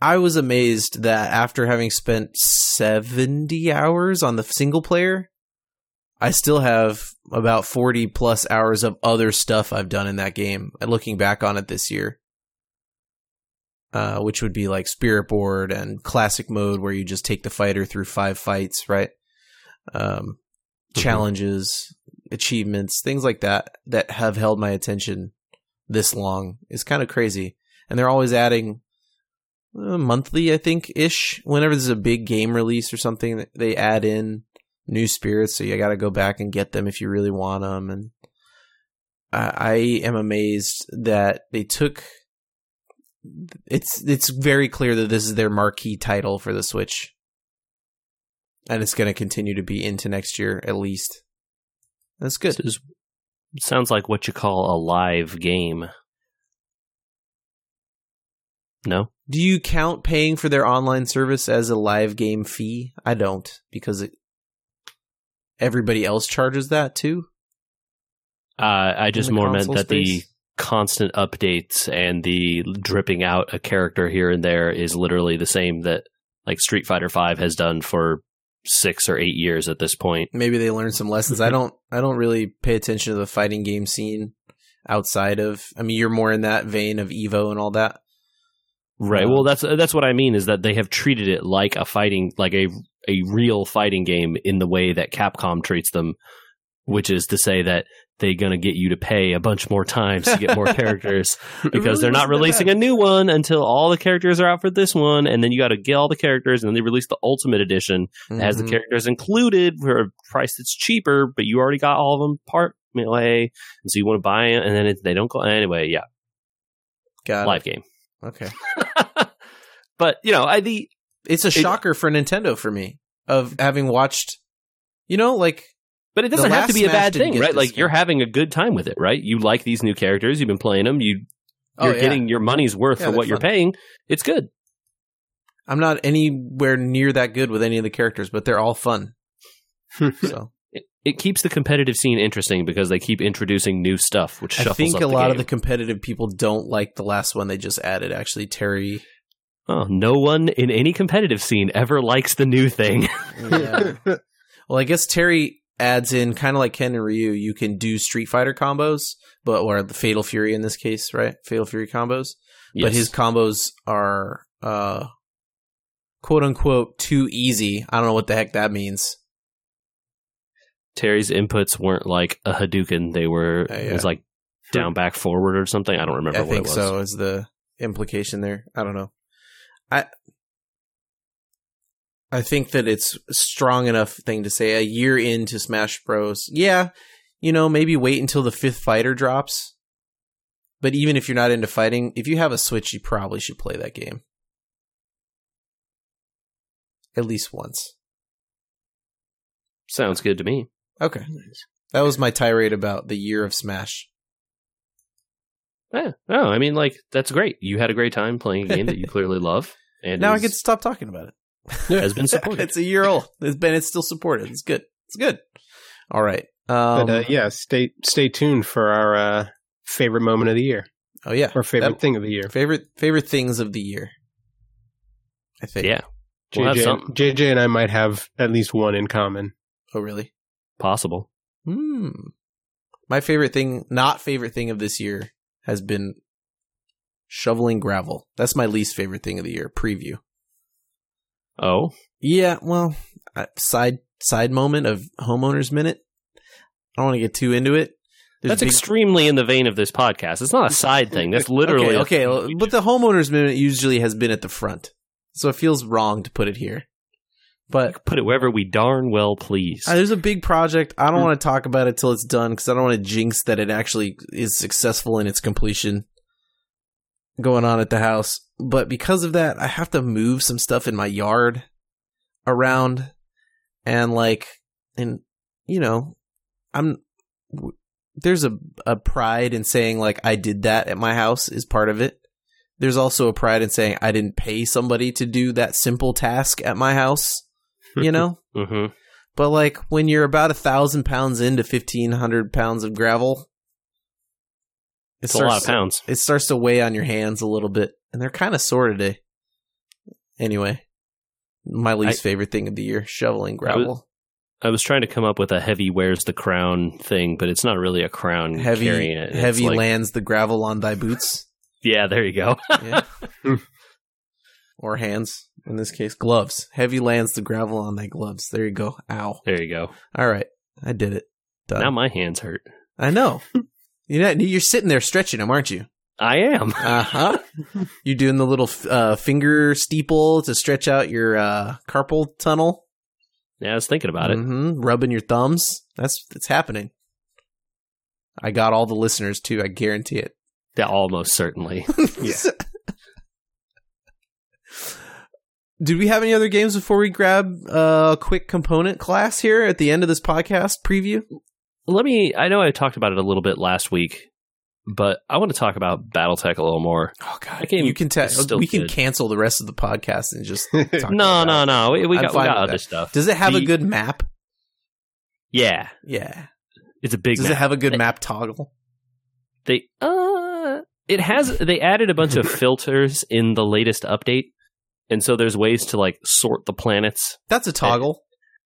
[SPEAKER 1] i was amazed that after having spent 70 hours on the single player i still have about 40 plus hours of other stuff i've done in that game uh, looking back on it this year uh, which would be like spirit board and classic mode where you just take the fighter through five fights, right? Um,
[SPEAKER 3] Mhm.
[SPEAKER 1] Challenges, achievements, things like that that have held my attention this long is kind of crazy. And they're always adding uh, monthly, I think, ish. Whenever there's a big game release or something, they add in new spirits, so you got to go back and get them if you really want them. And I, I am amazed that they took it's it's very clear that this is their marquee title for the Switch, and it's going to continue to be into next year at least. That's good.
[SPEAKER 3] This is, sounds like what you call a live game. No?
[SPEAKER 1] Do you count paying for their online service as a live game fee? I don't because it, everybody else charges that too.
[SPEAKER 3] Uh, I
[SPEAKER 1] in
[SPEAKER 3] just
[SPEAKER 1] the
[SPEAKER 3] more meant
[SPEAKER 1] console
[SPEAKER 3] that the
[SPEAKER 1] space.
[SPEAKER 3] constant updates and the dripping out a character here and there is literally the same that like Street Fighter Five has done for six or eight years at this point.
[SPEAKER 1] Maybe they learned some lessons.
[SPEAKER 3] [LAUGHS]
[SPEAKER 1] I don't. I don't really pay attention to the fighting game scene outside of. I mean, you're more in that vein of Evo and all that.
[SPEAKER 3] Right.
[SPEAKER 1] Um,
[SPEAKER 3] well, that's uh, that's what I mean is that they have treated it like a fighting, like a a real fighting game in the way that Capcom treats them, which is to say that they're going to get you to pay a bunch more times to
[SPEAKER 1] [LAUGHS]
[SPEAKER 3] get more characters because
[SPEAKER 1] really
[SPEAKER 3] they're
[SPEAKER 1] wasn't that
[SPEAKER 3] not releasing a
[SPEAKER 1] bad.
[SPEAKER 3] new one until all the characters are out for this one, and then you got to get all the characters, and then they release the Ultimate Edition that has the
[SPEAKER 1] Mhm.
[SPEAKER 3] characters included for a price that's cheaper, but you already got all of them part melee, and so you want to buy it, and then it, they don't go anyway. Yeah,
[SPEAKER 1] Got it.
[SPEAKER 3] live game. [LAUGHS]
[SPEAKER 1] Okay.
[SPEAKER 3] but you know, I the
[SPEAKER 1] It's a shocker for Nintendo for me of having watched, you know, like
[SPEAKER 3] But it doesn't have
[SPEAKER 1] last
[SPEAKER 3] to be a
[SPEAKER 1] Smash
[SPEAKER 3] bad
[SPEAKER 1] didn't
[SPEAKER 3] thing,
[SPEAKER 1] get
[SPEAKER 3] right?
[SPEAKER 1] this
[SPEAKER 3] Like you're
[SPEAKER 1] far.
[SPEAKER 3] having a good time with it, right? You like these new characters, you've been playing them, you
[SPEAKER 1] oh,
[SPEAKER 3] you're
[SPEAKER 1] yeah.
[SPEAKER 3] getting your money's worth
[SPEAKER 1] Yeah,
[SPEAKER 3] for
[SPEAKER 1] they're
[SPEAKER 3] what you're
[SPEAKER 1] fun.
[SPEAKER 3] paying. It's good.
[SPEAKER 1] I'm not anywhere near that good with any of the characters, but they're all
[SPEAKER 3] [LAUGHS]
[SPEAKER 1] fun. so
[SPEAKER 3] It, it keeps the competitive scene interesting because they keep introducing new stuff, which
[SPEAKER 1] I
[SPEAKER 3] shuffles
[SPEAKER 1] think
[SPEAKER 3] up
[SPEAKER 1] a
[SPEAKER 3] the
[SPEAKER 1] lot of the
[SPEAKER 3] game.
[SPEAKER 1] competitive people don't like the last one they just added. Actually, Terry.
[SPEAKER 3] oh, no one in any competitive scene ever likes the new thing. [LAUGHS]
[SPEAKER 1] Yeah. well, I guess Terry adds in kind of like Ken and Ryu. You can do Street Fighter combos, but or the Fatal Fury in this case, right? Fatal Fury combos. but
[SPEAKER 3] Yes.
[SPEAKER 1] his combos are uh quote unquote too easy. I don't know what the heck that means.
[SPEAKER 3] Terry's inputs weren't like a Hadouken; they were
[SPEAKER 1] Uh,
[SPEAKER 3] it was
[SPEAKER 1] yeah.
[SPEAKER 3] like down, back, forward, or something. I don't remember
[SPEAKER 1] I
[SPEAKER 3] what
[SPEAKER 1] think
[SPEAKER 3] it was.
[SPEAKER 1] so is the implication there. I don't know. I I think that it's a strong enough thing to say a year into Smash Bros. Yeah, you know, maybe wait until the fifth fighter drops. But even if you're not into fighting, if you have a Switch, you probably should play that game. At least once.
[SPEAKER 3] Sounds good to me.
[SPEAKER 1] Okay. That was my tirade about the year of Smash.
[SPEAKER 3] Yeah. No, I mean, like that's great. You had a great time playing a
[SPEAKER 1] [LAUGHS]
[SPEAKER 3] game that you clearly love, and
[SPEAKER 1] now I
[SPEAKER 3] is-
[SPEAKER 1] get to stop talking about it.
[SPEAKER 3] has
[SPEAKER 1] [LAUGHS]
[SPEAKER 3] been supported.
[SPEAKER 1] it's a year old. It's been it's still supported. It's good. It's good. All right. [LAUGHS] Um,
[SPEAKER 2] But uh, yeah, stay stay tuned for our uh, favorite moment of the year
[SPEAKER 1] Oh yeah.
[SPEAKER 2] or favorite
[SPEAKER 1] That-
[SPEAKER 2] thing of the year.
[SPEAKER 1] Favorite favorite things of the year. I think.
[SPEAKER 3] yeah We'll have
[SPEAKER 2] JJ,
[SPEAKER 3] something.
[SPEAKER 2] JJ and I might have at least one in common.
[SPEAKER 1] Oh really?
[SPEAKER 3] possible.
[SPEAKER 1] Hmm. My favorite thing, not favorite thing of this year, has been shoveling gravel. That's my least favorite thing of the year. Preview.
[SPEAKER 3] Oh,
[SPEAKER 1] Yeah, well, I- side side moment of homeowners minute. I don't want to get too into it. There's
[SPEAKER 3] that's
[SPEAKER 1] big-
[SPEAKER 3] extremely in the vein of this podcast. It's not a side thing. That's
[SPEAKER 1] [LAUGHS]
[SPEAKER 3] literally
[SPEAKER 1] okay. okay but the homeowners minute usually has been at the front, so it feels wrong to put it here. But
[SPEAKER 3] put it wherever we darn well please.
[SPEAKER 1] uh, there's a big project. I don't want to talk about it till it's done because I don't want to jinx that it actually is successful in its completion going on at the house. But because of that, I have to move some stuff in my yard around and like, and you know, I'm w- there's a a pride in saying like I did that at my house is part of it. There's also a pride in saying I didn't pay somebody to do that simple task at my house. [LAUGHS]
[SPEAKER 2] [LAUGHS]
[SPEAKER 1] You know,
[SPEAKER 3] Mhm.
[SPEAKER 1] but like when you're about a thousand pounds into fifteen hundred pounds of gravel, it
[SPEAKER 3] It's a lot of
[SPEAKER 1] starts
[SPEAKER 3] pounds.
[SPEAKER 1] it starts to weigh on your hands a little bit, and they're kind of sore today. Anyway, my least favorite thing of the year: shoveling
[SPEAKER 3] I was-
[SPEAKER 1] gravel.
[SPEAKER 3] I was trying to come up with a heavy wears the crown thing, but it's not really a crown
[SPEAKER 1] Heavy,
[SPEAKER 3] carrying it. It's
[SPEAKER 1] heavy
[SPEAKER 3] like-
[SPEAKER 1] lands the gravel on thy boots
[SPEAKER 3] Yeah, there you go. [LAUGHS]
[SPEAKER 1] Yeah. [LAUGHS] or hands. In this case, gloves. Heavy lands the gravel on thy gloves. There you go. Ow.
[SPEAKER 3] there you go.
[SPEAKER 1] All right, I did it. Done.
[SPEAKER 3] Now my hands hurt.
[SPEAKER 1] I know. [LAUGHS] You're not, you're sitting there stretching them, aren't you?
[SPEAKER 3] I am. [LAUGHS]
[SPEAKER 1] Uh huh. You're doing the little uh, finger steeple to stretch out your uh, carpal tunnel.
[SPEAKER 3] Yeah, I was thinking about it.
[SPEAKER 1] Mhm. Rubbing your thumbs. That's that's happening. I got all the listeners too. I guarantee it.
[SPEAKER 3] Yeah, almost certainly. [LAUGHS]
[SPEAKER 1] [LAUGHS]
[SPEAKER 2] Yeah.
[SPEAKER 1] Did we have any other games before we grab uh, a quick component class here at the end of this podcast preview?
[SPEAKER 3] Let me. I know I talked about it a little bit last week, but I want to talk about BattleTech a little more.
[SPEAKER 1] Oh God,
[SPEAKER 3] That game
[SPEAKER 1] you can tell.
[SPEAKER 3] is still
[SPEAKER 1] We can
[SPEAKER 3] good.
[SPEAKER 1] cancel the rest of the podcast and just talk
[SPEAKER 3] No,
[SPEAKER 1] about
[SPEAKER 3] no,
[SPEAKER 1] it.
[SPEAKER 3] no. We, we
[SPEAKER 1] I'm
[SPEAKER 3] got, we
[SPEAKER 1] fine
[SPEAKER 3] got
[SPEAKER 1] with
[SPEAKER 3] other
[SPEAKER 1] that.
[SPEAKER 3] stuff.
[SPEAKER 1] Does it have a
[SPEAKER 3] The-
[SPEAKER 1] good map?
[SPEAKER 3] Yeah,
[SPEAKER 1] Yeah.
[SPEAKER 3] it's a big.
[SPEAKER 1] Does
[SPEAKER 3] map.
[SPEAKER 1] it have a good map toggle?
[SPEAKER 3] they uh it has they added
[SPEAKER 1] [LAUGHS]
[SPEAKER 3] a bunch of filters in the latest update and so there's ways to like sort the planets
[SPEAKER 1] That's a toggle.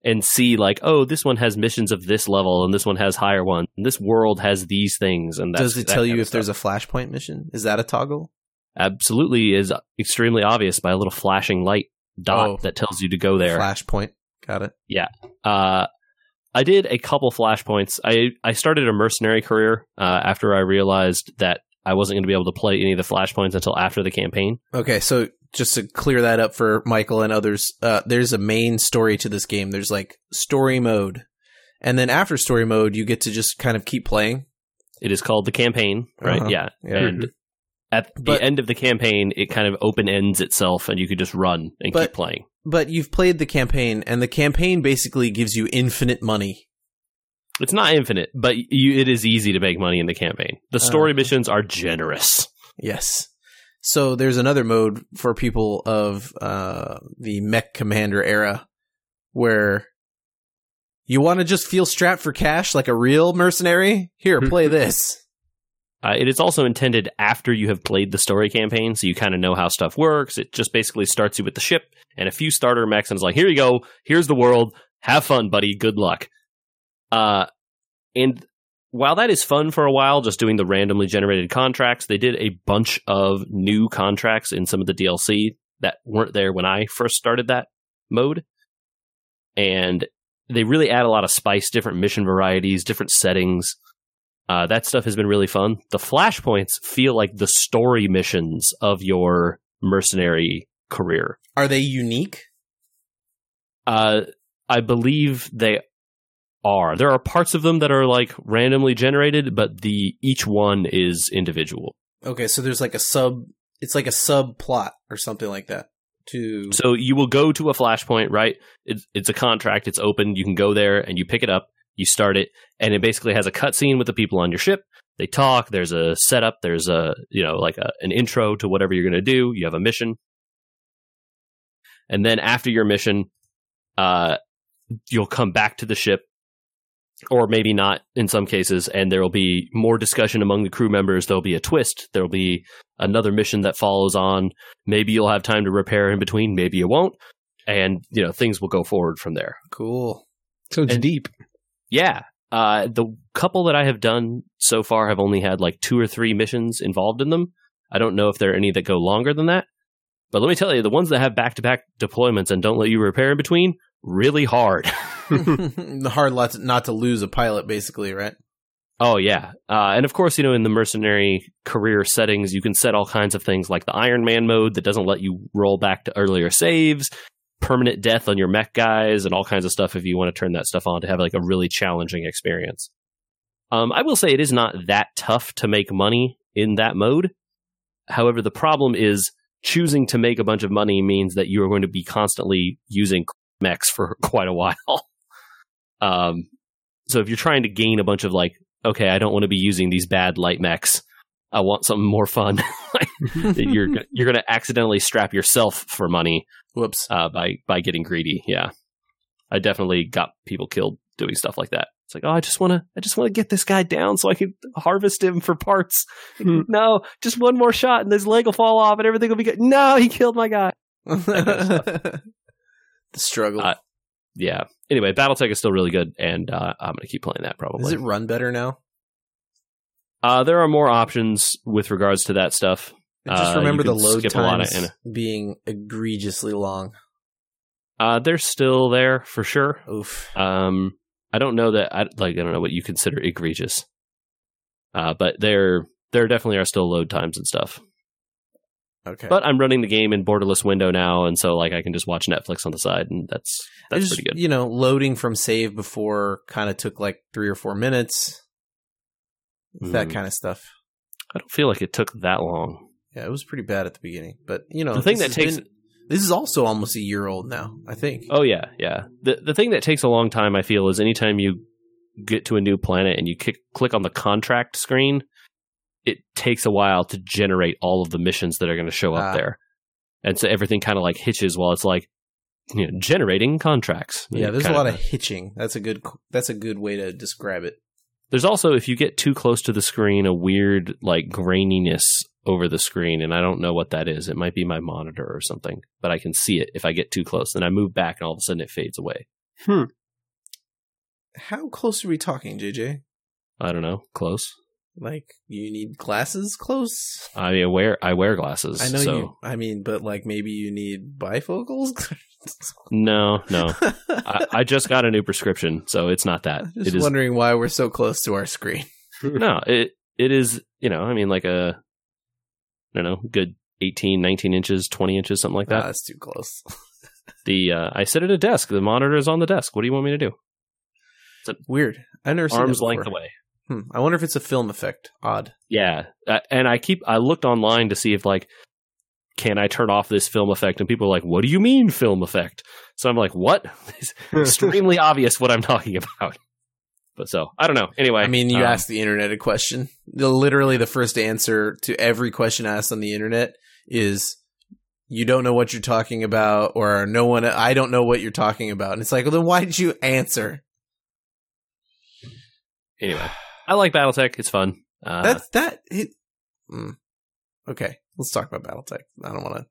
[SPEAKER 3] and see like, oh, this one has missions of this level, and this one has higher one, and this world has these things. And that's,
[SPEAKER 1] Does it tell you if there's a flashpoint mission? Is that a toggle?
[SPEAKER 3] absolutely is extremely obvious by a little flashing light dot
[SPEAKER 1] Oh.
[SPEAKER 3] that tells you to go there.
[SPEAKER 1] Flashpoint. Got it.
[SPEAKER 3] Uh, I did a couple flashpoints. I I started a mercenary career uh, after I realized that I wasn't going to be able to play any of the flashpoints until after the campaign.
[SPEAKER 1] Okay, so just to clear that up for Michael and others, uh, there's a main story to this game. There's like story mode, and then after story mode, you get to just kind of keep playing.
[SPEAKER 3] It is called the campaign, right?
[SPEAKER 1] Uh-huh.
[SPEAKER 3] Yeah.
[SPEAKER 1] Yeah.
[SPEAKER 3] And at
[SPEAKER 1] But-
[SPEAKER 3] the end of the campaign, it kind of open ends itself, and you could just run and
[SPEAKER 1] But-
[SPEAKER 3] keep playing.
[SPEAKER 1] But you've played the campaign, and the campaign basically gives you infinite money.
[SPEAKER 3] It's not infinite, but you, it is easy to make money in the campaign.
[SPEAKER 1] Uh.
[SPEAKER 3] The story missions are generous.
[SPEAKER 1] Yes. So there's another mode for people of uh, the Mech Commander era, where you want to just feel strapped for cash like a real mercenary. Here,
[SPEAKER 3] Hmm.
[SPEAKER 1] play this.
[SPEAKER 3] Uh, it is also intended after you have played the story campaign, so you kind of know how stuff works. It just basically starts you with the ship and a few starter mechs, and it's like, here you go, here's the world, have fun, buddy, good luck. Uh, and while that is fun for a while, just doing the randomly generated contracts, they did a bunch of new contracts in some of the DLC that weren't there when I first started that mode. And they really add a lot of spice, different mission varieties, different settings. Uh, that stuff has been really fun. The flashpoints feel like the story missions of your mercenary career.
[SPEAKER 1] Are they unique?
[SPEAKER 3] Uh, I believe they are. There are parts of them that are like randomly generated, but the each one is individual.
[SPEAKER 1] Okay, so there's like a sub. It's like a subplot or something like that. To
[SPEAKER 3] So you will go to a flashpoint, right? It's, it's a contract. It's open. You can go there and you pick it up. You start it, and it basically has a cutscene with the people on your ship. They talk. There's a setup. There's a you know like a, an intro to whatever you're going to do. You have a mission, and then after your mission, uh, you'll come back to the ship, or maybe not in some cases. And there will be more discussion among the crew members. There'll be a twist. There'll be another mission that follows on maybe you'll have time to repair in between maybe you won't and you know things will go forward from there [LAUGHS]
[SPEAKER 1] cool. [LAUGHS]
[SPEAKER 2] So it's
[SPEAKER 3] And-
[SPEAKER 2] deep.
[SPEAKER 3] yeah uh, the couple that i have done so far have only had like two or three missions involved in them i don't know if there are any that go longer than that but let me tell you the ones that have back-to-back deployments and don't let you repair in between really hard
[SPEAKER 1] the hard lot to, not to lose a pilot, basically, right?
[SPEAKER 3] Oh yeah, uh, and of course, you know, in the mercenary career settings, you can set all kinds of things like the Iron Man mode that doesn't let you roll back to earlier saves, permanent death on your mech guys, and all kinds of stuff if you want to turn that stuff on to have like a really challenging experience. Um, I will say it is not that tough to make money in that mode. However, the problem is choosing to make a bunch of money means that you are going to be constantly using mechs for [LAUGHS] quite a while. um, so if you're trying to gain a bunch of like okay, I don't want to be using these bad light mechs. I want something more fun. [LAUGHS] That you're you're going to accidentally strap yourself for money
[SPEAKER 1] Whoops.
[SPEAKER 3] uh, by by getting greedy. Yeah, I definitely got people killed doing stuff like that. It's like, oh, I just want to I just want to get this guy down so I can harvest him for parts.
[SPEAKER 2] Hmm.
[SPEAKER 3] No, just one more shot and his leg will fall off and everything will be good. No, he killed my guy.
[SPEAKER 1] [LAUGHS] the struggle.
[SPEAKER 3] Uh, Yeah. Anyway, BattleTech is still really good, and uh, I'm going to keep playing that probably.
[SPEAKER 1] Does it run better now?
[SPEAKER 3] uh, there are more options with regards to that stuff.
[SPEAKER 1] I just
[SPEAKER 3] Uh,
[SPEAKER 1] remember
[SPEAKER 3] you
[SPEAKER 1] the
[SPEAKER 3] can
[SPEAKER 1] load
[SPEAKER 3] skip a lot of
[SPEAKER 1] times being egregiously long.
[SPEAKER 3] Uh, they're still there for sure.
[SPEAKER 1] Oof.
[SPEAKER 3] Um, I don't know that I like I don't know what you consider egregious. Uh, but there there definitely are still load times and stuff.
[SPEAKER 1] Okay.
[SPEAKER 3] But I'm running the game in borderless window now, and so like I can just watch Netflix on the side, and that's
[SPEAKER 1] I
[SPEAKER 3] that's
[SPEAKER 1] just,
[SPEAKER 3] pretty good.
[SPEAKER 1] You know, loading from save before kind of took like three or four minutes. That
[SPEAKER 3] Mm.
[SPEAKER 1] kind of stuff.
[SPEAKER 3] I don't feel like it took that long.
[SPEAKER 1] Yeah, it was pretty bad at the beginning, but you know,
[SPEAKER 3] the thing
[SPEAKER 1] this
[SPEAKER 3] that
[SPEAKER 1] has
[SPEAKER 3] takes
[SPEAKER 1] been- this is also almost a year old now. I think.
[SPEAKER 3] oh yeah yeah the the thing that takes a long time I feel is anytime you get to a new planet and you kick, click on the contract screen, it takes a while to generate all of the missions that are going to show up
[SPEAKER 1] Ah.
[SPEAKER 3] there. And so everything kind of like hitches while it's like, you know, generating contracts.
[SPEAKER 1] Yeah,
[SPEAKER 3] You
[SPEAKER 1] there's a
[SPEAKER 3] kinda-
[SPEAKER 1] lot of hitching. That's a good. That's a good way to describe it.
[SPEAKER 3] There's also, if you get too close to the screen, a weird like graininess over the screen. And I don't know what that is. It might be my monitor or something, but I can see it if I get too close. Then I move back and all of a sudden it fades away.
[SPEAKER 2] Hmm.
[SPEAKER 1] How close are we talking, JJ?
[SPEAKER 3] I don't know. Close.
[SPEAKER 1] Like you need glasses close?
[SPEAKER 3] I mean, I wear I wear glasses.
[SPEAKER 1] I know
[SPEAKER 3] so.
[SPEAKER 1] you I mean, but like maybe you need bifocals?
[SPEAKER 3] No, no. Oh, I, I just got a new prescription, so it's not
[SPEAKER 1] [LAUGHS]
[SPEAKER 3] that.
[SPEAKER 1] I'm [LAUGHS]
[SPEAKER 3] It
[SPEAKER 1] just
[SPEAKER 3] is
[SPEAKER 1] wondering why we're so close to our screen.
[SPEAKER 3] no. It it is. You know, I mean, like a I don't know, good 18, 19 inches, twenty inches, something like
[SPEAKER 1] Ah,
[SPEAKER 3] [LAUGHS] that.
[SPEAKER 1] that's too close.
[SPEAKER 3] the uh, I sit at a desk. The monitor is on the desk. What do you want me to do?
[SPEAKER 1] Weird. I never seen
[SPEAKER 3] Arms
[SPEAKER 1] that
[SPEAKER 3] length
[SPEAKER 1] before.
[SPEAKER 3] away.
[SPEAKER 1] Hmm. I wonder if it's a film effect. Odd.
[SPEAKER 3] Yeah, uh, and I keep I looked online to see if like can I turn off this film effect? And people are like, "What do you mean film effect?" So I'm like, "What?" [LAUGHS] It's extremely obvious what I'm talking about. [LAUGHS] But so I don't know. Anyway,
[SPEAKER 1] I mean, you
[SPEAKER 3] um,
[SPEAKER 1] asked the internet a question. The, literally, the first answer to every question asked on the internet is, "You don't know what you're talking about," or "No one, I don't know what you're talking about." And it's like, well, then why did you answer?
[SPEAKER 3] Anyway, I like BattleTech. It's fun. Uh,
[SPEAKER 1] That's that. It, mm. Okay, let's talk about BattleTech. I don't want to.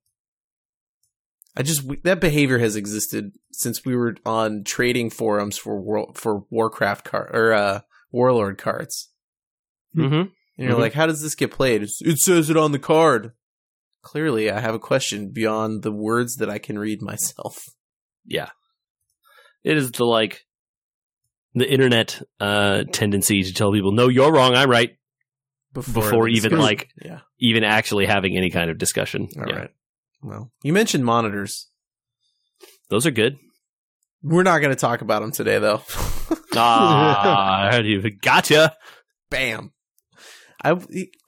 [SPEAKER 1] I just we, that behavior has existed since we were on trading forums for world for Warcraft car or uh, Warlord cards.
[SPEAKER 3] mhm.
[SPEAKER 1] And you're
[SPEAKER 3] Mhm.
[SPEAKER 1] like, how does this get played? It's, it says it on the card. Clearly, I have a question beyond the words that I can read myself. [LAUGHS]
[SPEAKER 3] yeah. It is the like the internet uh, tendency to tell people, "No, you're wrong. I'm right." Before
[SPEAKER 1] the
[SPEAKER 3] even,
[SPEAKER 1] discussion.
[SPEAKER 3] like-
[SPEAKER 1] yeah,
[SPEAKER 3] Even actually having any kind of discussion.
[SPEAKER 1] All right.
[SPEAKER 3] Yeah.
[SPEAKER 1] Well, you mentioned monitors.
[SPEAKER 3] Those are good.
[SPEAKER 1] We're not going to talk about them today, though.
[SPEAKER 3] [LAUGHS]
[SPEAKER 1] [LAUGHS]
[SPEAKER 3] Ah, you gotcha.
[SPEAKER 1] Bam. I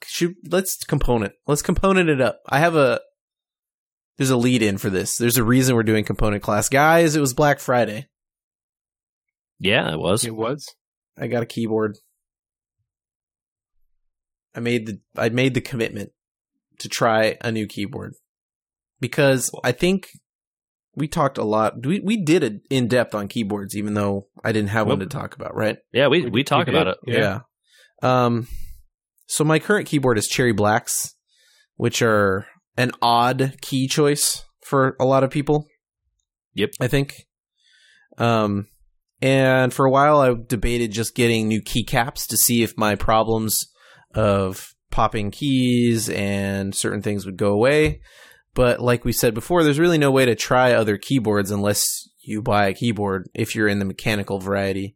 [SPEAKER 1] should let's component. Let's component it up. I have a there's a lead in for this. There's a reason we're doing component class, guys. It was Black Friday.
[SPEAKER 3] Yeah, it was.
[SPEAKER 2] it was.
[SPEAKER 1] I got a keyboard. I made the I made the commitment to try a new keyboard because I think we talked a lot. We we did it in depth on keyboards, even though I didn't have one to
[SPEAKER 3] Nope.
[SPEAKER 1] talk about. Right?
[SPEAKER 3] Yeah, we we talk
[SPEAKER 2] did.
[SPEAKER 3] about it.
[SPEAKER 1] Yeah. Um. So my current keyboard is Cherry Blacks, which are an odd key choice for a lot of people.
[SPEAKER 3] Yep.
[SPEAKER 1] I think. Um, and for a while, I debated just getting new keycaps to see if my problems of popping keys and certain things would go away. But like we said before, there's really no way to try other keyboards unless you buy a keyboard if you're in the mechanical variety.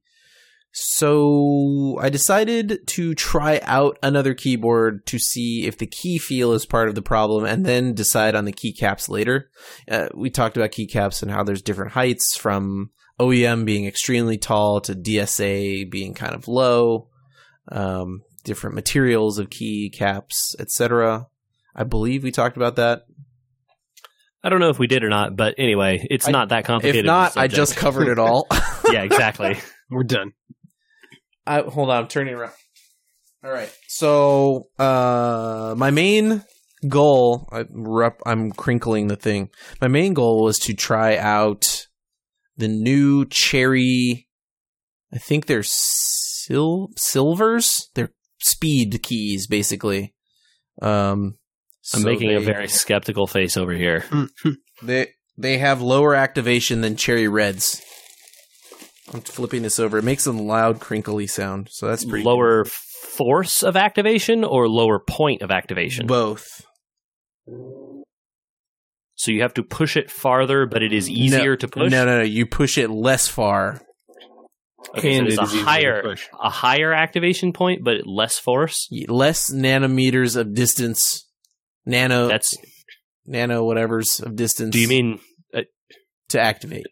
[SPEAKER 1] So I decided to try out another keyboard to see if the key feel is part of the problem and then decide on the keycaps later. Uh, we talked about keycaps and how there's different heights from OEM being extremely tall to DSA being kind of low, um, different materials of keycaps, etc. I believe we talked about that.
[SPEAKER 3] I don't know if we did or not, but anyway, it's
[SPEAKER 1] I-
[SPEAKER 3] not that complicated.
[SPEAKER 1] If
[SPEAKER 3] of a
[SPEAKER 1] not, I
[SPEAKER 3] subject.
[SPEAKER 1] just covered it all.
[SPEAKER 3] [LAUGHS] yeah, exactly.
[SPEAKER 2] We're done.
[SPEAKER 1] I hold on, I'm turning around. All right. So, uh my main goal I rep, I'm crinkling the thing. My main goal was to try out the new cherry I think they're sil- silvers. They're speed keys basically. Um
[SPEAKER 3] I'm
[SPEAKER 1] [LAUGHS] so
[SPEAKER 3] making a
[SPEAKER 1] they-
[SPEAKER 3] very skeptical face over here.
[SPEAKER 1] they they have lower activation than cherry reds. I'm flipping this over. It makes a loud crinkly sound. So that's pretty
[SPEAKER 3] Lower force of activation or lower point of activation.
[SPEAKER 1] both.
[SPEAKER 3] so you have to push it farther, but it is easier to push.
[SPEAKER 1] No, no, no. You push it less far.
[SPEAKER 3] Okay, so
[SPEAKER 2] And
[SPEAKER 3] it's
[SPEAKER 2] it is
[SPEAKER 3] a
[SPEAKER 2] easier to
[SPEAKER 3] higher
[SPEAKER 2] push.
[SPEAKER 3] a higher activation point, but less force.
[SPEAKER 1] Y- Less nanometers of distance. Nano,
[SPEAKER 3] That's.
[SPEAKER 1] nano, whatever's of distance.
[SPEAKER 3] Do you mean?
[SPEAKER 1] to activate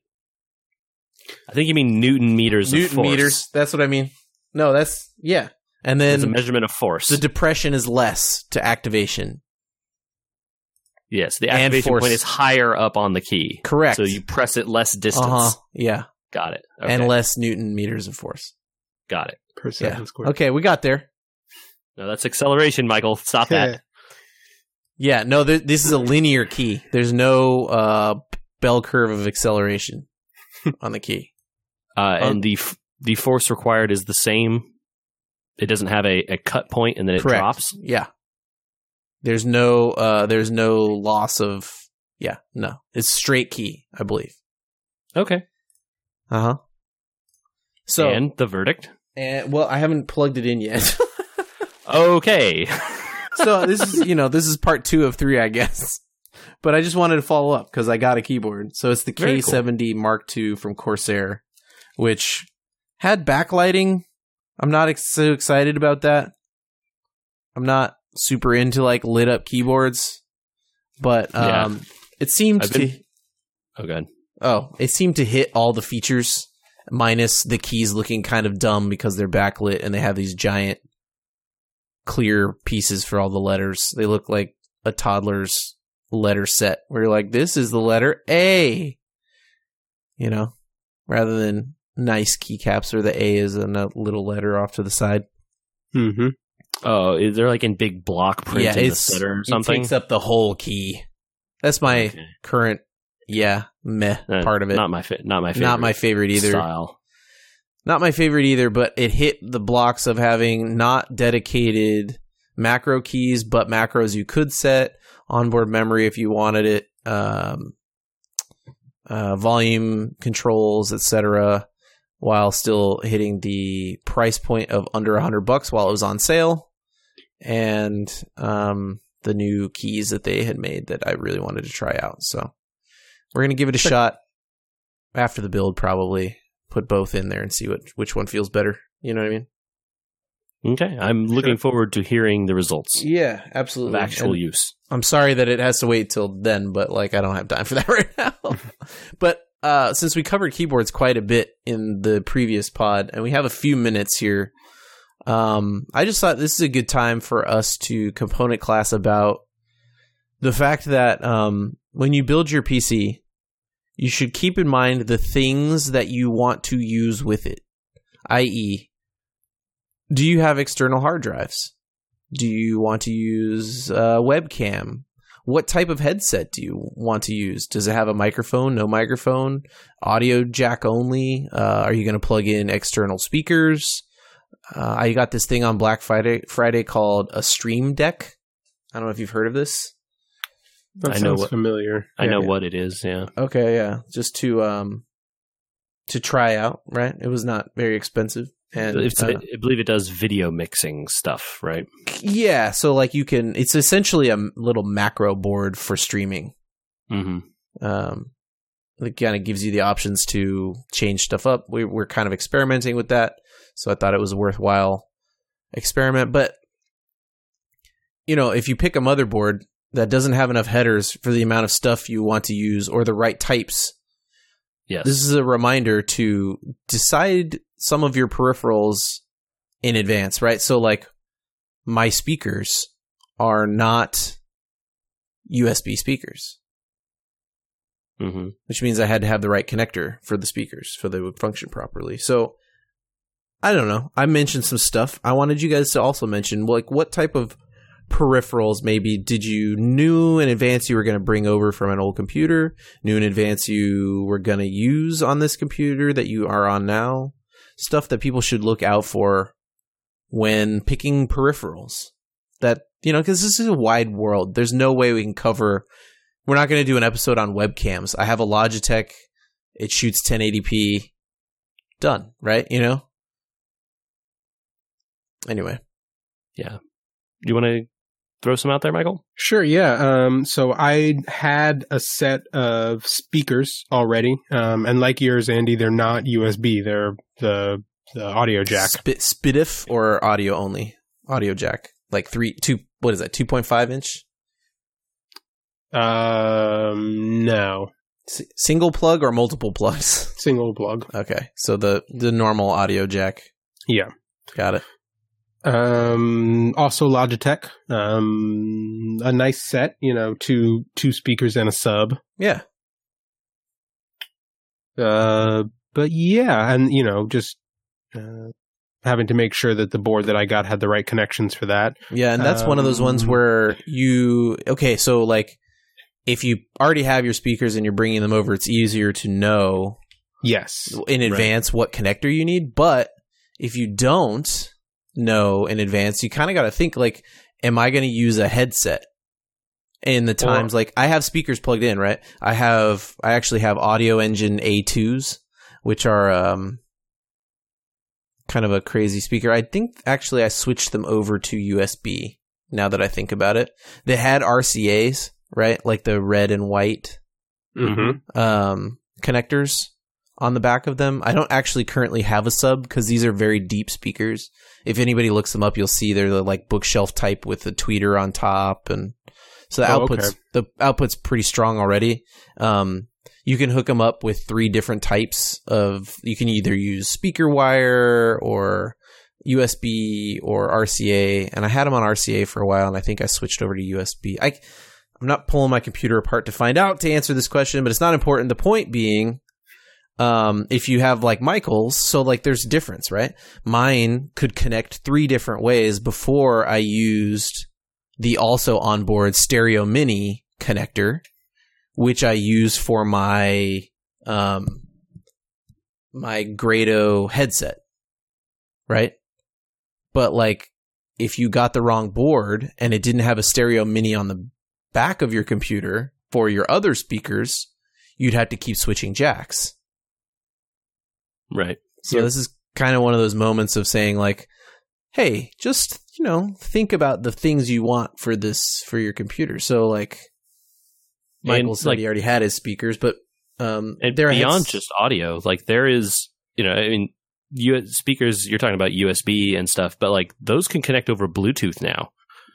[SPEAKER 3] I think you mean Newton meters of
[SPEAKER 1] Newton
[SPEAKER 3] force.
[SPEAKER 1] meters? That's what I mean. No, that's yeah. And
[SPEAKER 3] It's a
[SPEAKER 1] then
[SPEAKER 3] measurement of force.
[SPEAKER 1] the depression is less to activation.
[SPEAKER 3] yes, the
[SPEAKER 1] and
[SPEAKER 3] activation
[SPEAKER 1] force.
[SPEAKER 3] point is higher up on the key.
[SPEAKER 1] Correct.
[SPEAKER 3] So you press it less distance.
[SPEAKER 1] uh huh. Yeah,
[SPEAKER 3] Got it. Okay.
[SPEAKER 1] and less Newton meters of force.
[SPEAKER 3] Got it.
[SPEAKER 2] Per second squared.
[SPEAKER 1] Okay, we got there.
[SPEAKER 3] No, that's acceleration, Michael. Stop that.
[SPEAKER 1] Yeah, no, th- this is a linear key. There's no uh, bell curve of
[SPEAKER 3] [LAUGHS]
[SPEAKER 1] acceleration on the key.
[SPEAKER 3] Uh,
[SPEAKER 1] Um,
[SPEAKER 3] and the f- the force required is the same. It doesn't have a, a cut point, and then it
[SPEAKER 1] Correct.
[SPEAKER 3] drops.
[SPEAKER 1] Yeah. There's no uh there's no loss of yeah, no. It's straight key, I believe.
[SPEAKER 3] Okay.
[SPEAKER 1] Uh huh. So and,
[SPEAKER 3] and the verdict.
[SPEAKER 1] well, I haven't plugged it in yet. [LAUGHS]
[SPEAKER 3] Okay.
[SPEAKER 1] so this is you know this is part two of three, I guess. But I just wanted to follow up because I got a keyboard. So it's the
[SPEAKER 3] Very cool.
[SPEAKER 1] K70 Mark II from Corsair, which had backlighting. I'm not ex- so excited about that. I'm not super into like lit up keyboards, but
[SPEAKER 3] Yeah.
[SPEAKER 1] um, it seemed
[SPEAKER 3] I've been-
[SPEAKER 1] to
[SPEAKER 3] [LAUGHS] Oh god.
[SPEAKER 1] Oh, it seemed to hit all the features, minus the keys looking kind of dumb because they're backlit and they have these giant clear pieces for all the letters. They look like a toddler's letter set, where you're like, this is the letter A, you know, rather than nice keycaps where the A is in a little letter off to the side.
[SPEAKER 2] Mm-hmm.
[SPEAKER 3] Oh, is there like in big block print
[SPEAKER 1] Yeah,
[SPEAKER 3] in the
[SPEAKER 1] it's-
[SPEAKER 3] center or
[SPEAKER 1] It
[SPEAKER 3] something?
[SPEAKER 1] takes up the whole key. That's my
[SPEAKER 3] Okay.
[SPEAKER 1] current, yeah, meh
[SPEAKER 3] Uh,
[SPEAKER 1] part of it.
[SPEAKER 3] Not my fa- not my favorite.
[SPEAKER 1] Not my favorite either.
[SPEAKER 3] style.
[SPEAKER 1] not my favorite either, but it hit the blocks of having not dedicated macro keys, but macros you could set, onboard memory if you wanted it, um, uh, volume controls, etc., while still hitting the price point of under a hundred bucks while it was on sale, and um, the new keys that they had made that I really wanted to try out. So we're gonna give it a shot after the build, probably put both in there and see what which one feels better. You know what I mean?
[SPEAKER 3] Okay, I'm looking forward to hearing the results
[SPEAKER 1] Yeah,
[SPEAKER 3] of
[SPEAKER 1] absolutely.
[SPEAKER 3] actual use.
[SPEAKER 1] I'm sorry that it has to wait till then, but like I don't have time for that [LAUGHS] right now. but uh, since we covered keyboards quite a bit in the previous pod, and we have a few minutes here, um, I just thought this is a good time for us to component class about the fact that um, when you build your PC, you should keep in mind the things that you want to use with it, i.e., do you have external hard drives? Do you want to use a webcam? What type of headset do you want to use? Does it have a microphone? No microphone? Audio jack only? Uh, are you going to plug in external speakers? Uh, I got this thing on Black Friday Friday called a Stream Deck. I don't know if you've heard of this.
[SPEAKER 2] That
[SPEAKER 3] I know
[SPEAKER 2] sounds
[SPEAKER 3] what-
[SPEAKER 2] familiar.
[SPEAKER 3] I know
[SPEAKER 1] yeah.
[SPEAKER 3] what it is. Yeah.
[SPEAKER 1] Okay, yeah, just to um to try out. Right, it was not very expensive, and
[SPEAKER 3] It's-
[SPEAKER 1] uh,
[SPEAKER 3] I believe it does video mixing stuff, right?
[SPEAKER 1] yeah, so like you can. It's essentially a little macro board for streaming.
[SPEAKER 3] Mm-hmm.
[SPEAKER 1] um, it kind of gives you the options to change stuff up. We, we're kind of experimenting with that, so I thought it was a worthwhile experiment. But you know, if you pick a motherboard that doesn't have enough headers for the amount of stuff you want to use or the right types,
[SPEAKER 3] Yes.
[SPEAKER 1] this is a reminder to decide some of your peripherals in advance, right? So like my speakers are not USB speakers
[SPEAKER 3] mm-hmm.
[SPEAKER 1] which means I had to have the right connector for the speakers so they would function properly. So I don't know. I mentioned some stuff. I wanted you guys to also mention like what type of peripherals maybe did you knew in advance you were going to bring over from an old computer, knew in advance you were going to use on this computer that you are on now, stuff that people should look out for when picking peripherals. That you know, because this is a wide world. There's no way we can cover we're not going to do an episode on webcams. I have a Logitech. It shoots 1080p. Done, right? You know? Anyway.
[SPEAKER 3] You want to throw some out there, Michael?
[SPEAKER 2] Sure, yeah. Um, so I had a set of speakers already, um, and like yours, Andy, they're not USB. They're the the audio jack.
[SPEAKER 1] Spit, spitif or audio only? Audio jack. Like three, two, what is that? 2.5 inch?
[SPEAKER 2] Um, no,
[SPEAKER 1] S- single plug or multiple plugs? [LAUGHS]
[SPEAKER 2] single plug.
[SPEAKER 1] okay. So the, the normal audio jack.
[SPEAKER 2] Yeah.
[SPEAKER 1] Got it.
[SPEAKER 2] Um, also Logitech. Um, a nice set. You know, two two speakers and a sub.
[SPEAKER 1] Yeah.
[SPEAKER 2] Uh, but yeah, and you know, just uh, having to make sure that the board that I got had the right connections for that.
[SPEAKER 1] Yeah, and that's one of those ones
[SPEAKER 2] Um,
[SPEAKER 1] where you okay, so like if you already have your speakers and you're bringing them over, it's easier to know
[SPEAKER 2] Yes.
[SPEAKER 1] in advance what connector you need. But if you don't know in advance, you kind of got to think like, am I going to use a headset? In the times like I have speakers plugged in, right? I have I actually have Audio Engine A2s, which are um, kind of a crazy speaker. I think actually I switched them over to USB now that I think about it. They had RCAs, right? Like the red and white
[SPEAKER 2] Mm-hmm.
[SPEAKER 1] um, connectors on the back of them. I don't actually currently have a sub because these are very deep speakers. If anybody looks them up, you'll see they're the, like bookshelf type with a tweeter on top, and so the
[SPEAKER 2] Oh,
[SPEAKER 1] outputs
[SPEAKER 2] okay.
[SPEAKER 1] the output's pretty strong already. Um, you can hook them up with three different types of. You can either use speaker wire or USB or RCA, and I had them on RCA for a while, and I think I switched over to USB. I, I'm not pulling my computer apart to find out to answer this question, but it's not important. The point being, um, if you have like Michael's, so like there's a difference, right? Mine could connect three different ways before I used the also onboard stereo mini connector, which I use for my um, my Grado headset, right? But like, if you got the wrong board and it didn't have a stereo mini on the back of your computer for your other speakers, you'd have to keep switching jacks.
[SPEAKER 3] Right.
[SPEAKER 1] So
[SPEAKER 2] Yep.
[SPEAKER 1] this is kind of one of those moments of saying like, "Hey, just you know, think about the things you want for this for your computer." So like,
[SPEAKER 3] And,
[SPEAKER 1] Michael said
[SPEAKER 3] like-
[SPEAKER 1] he already had his speakers, but um,
[SPEAKER 3] and
[SPEAKER 1] there are
[SPEAKER 3] beyond
[SPEAKER 1] heads-
[SPEAKER 3] just audio like there is you know i mean U- speakers you're talking about usb and stuff but like those can connect over bluetooth now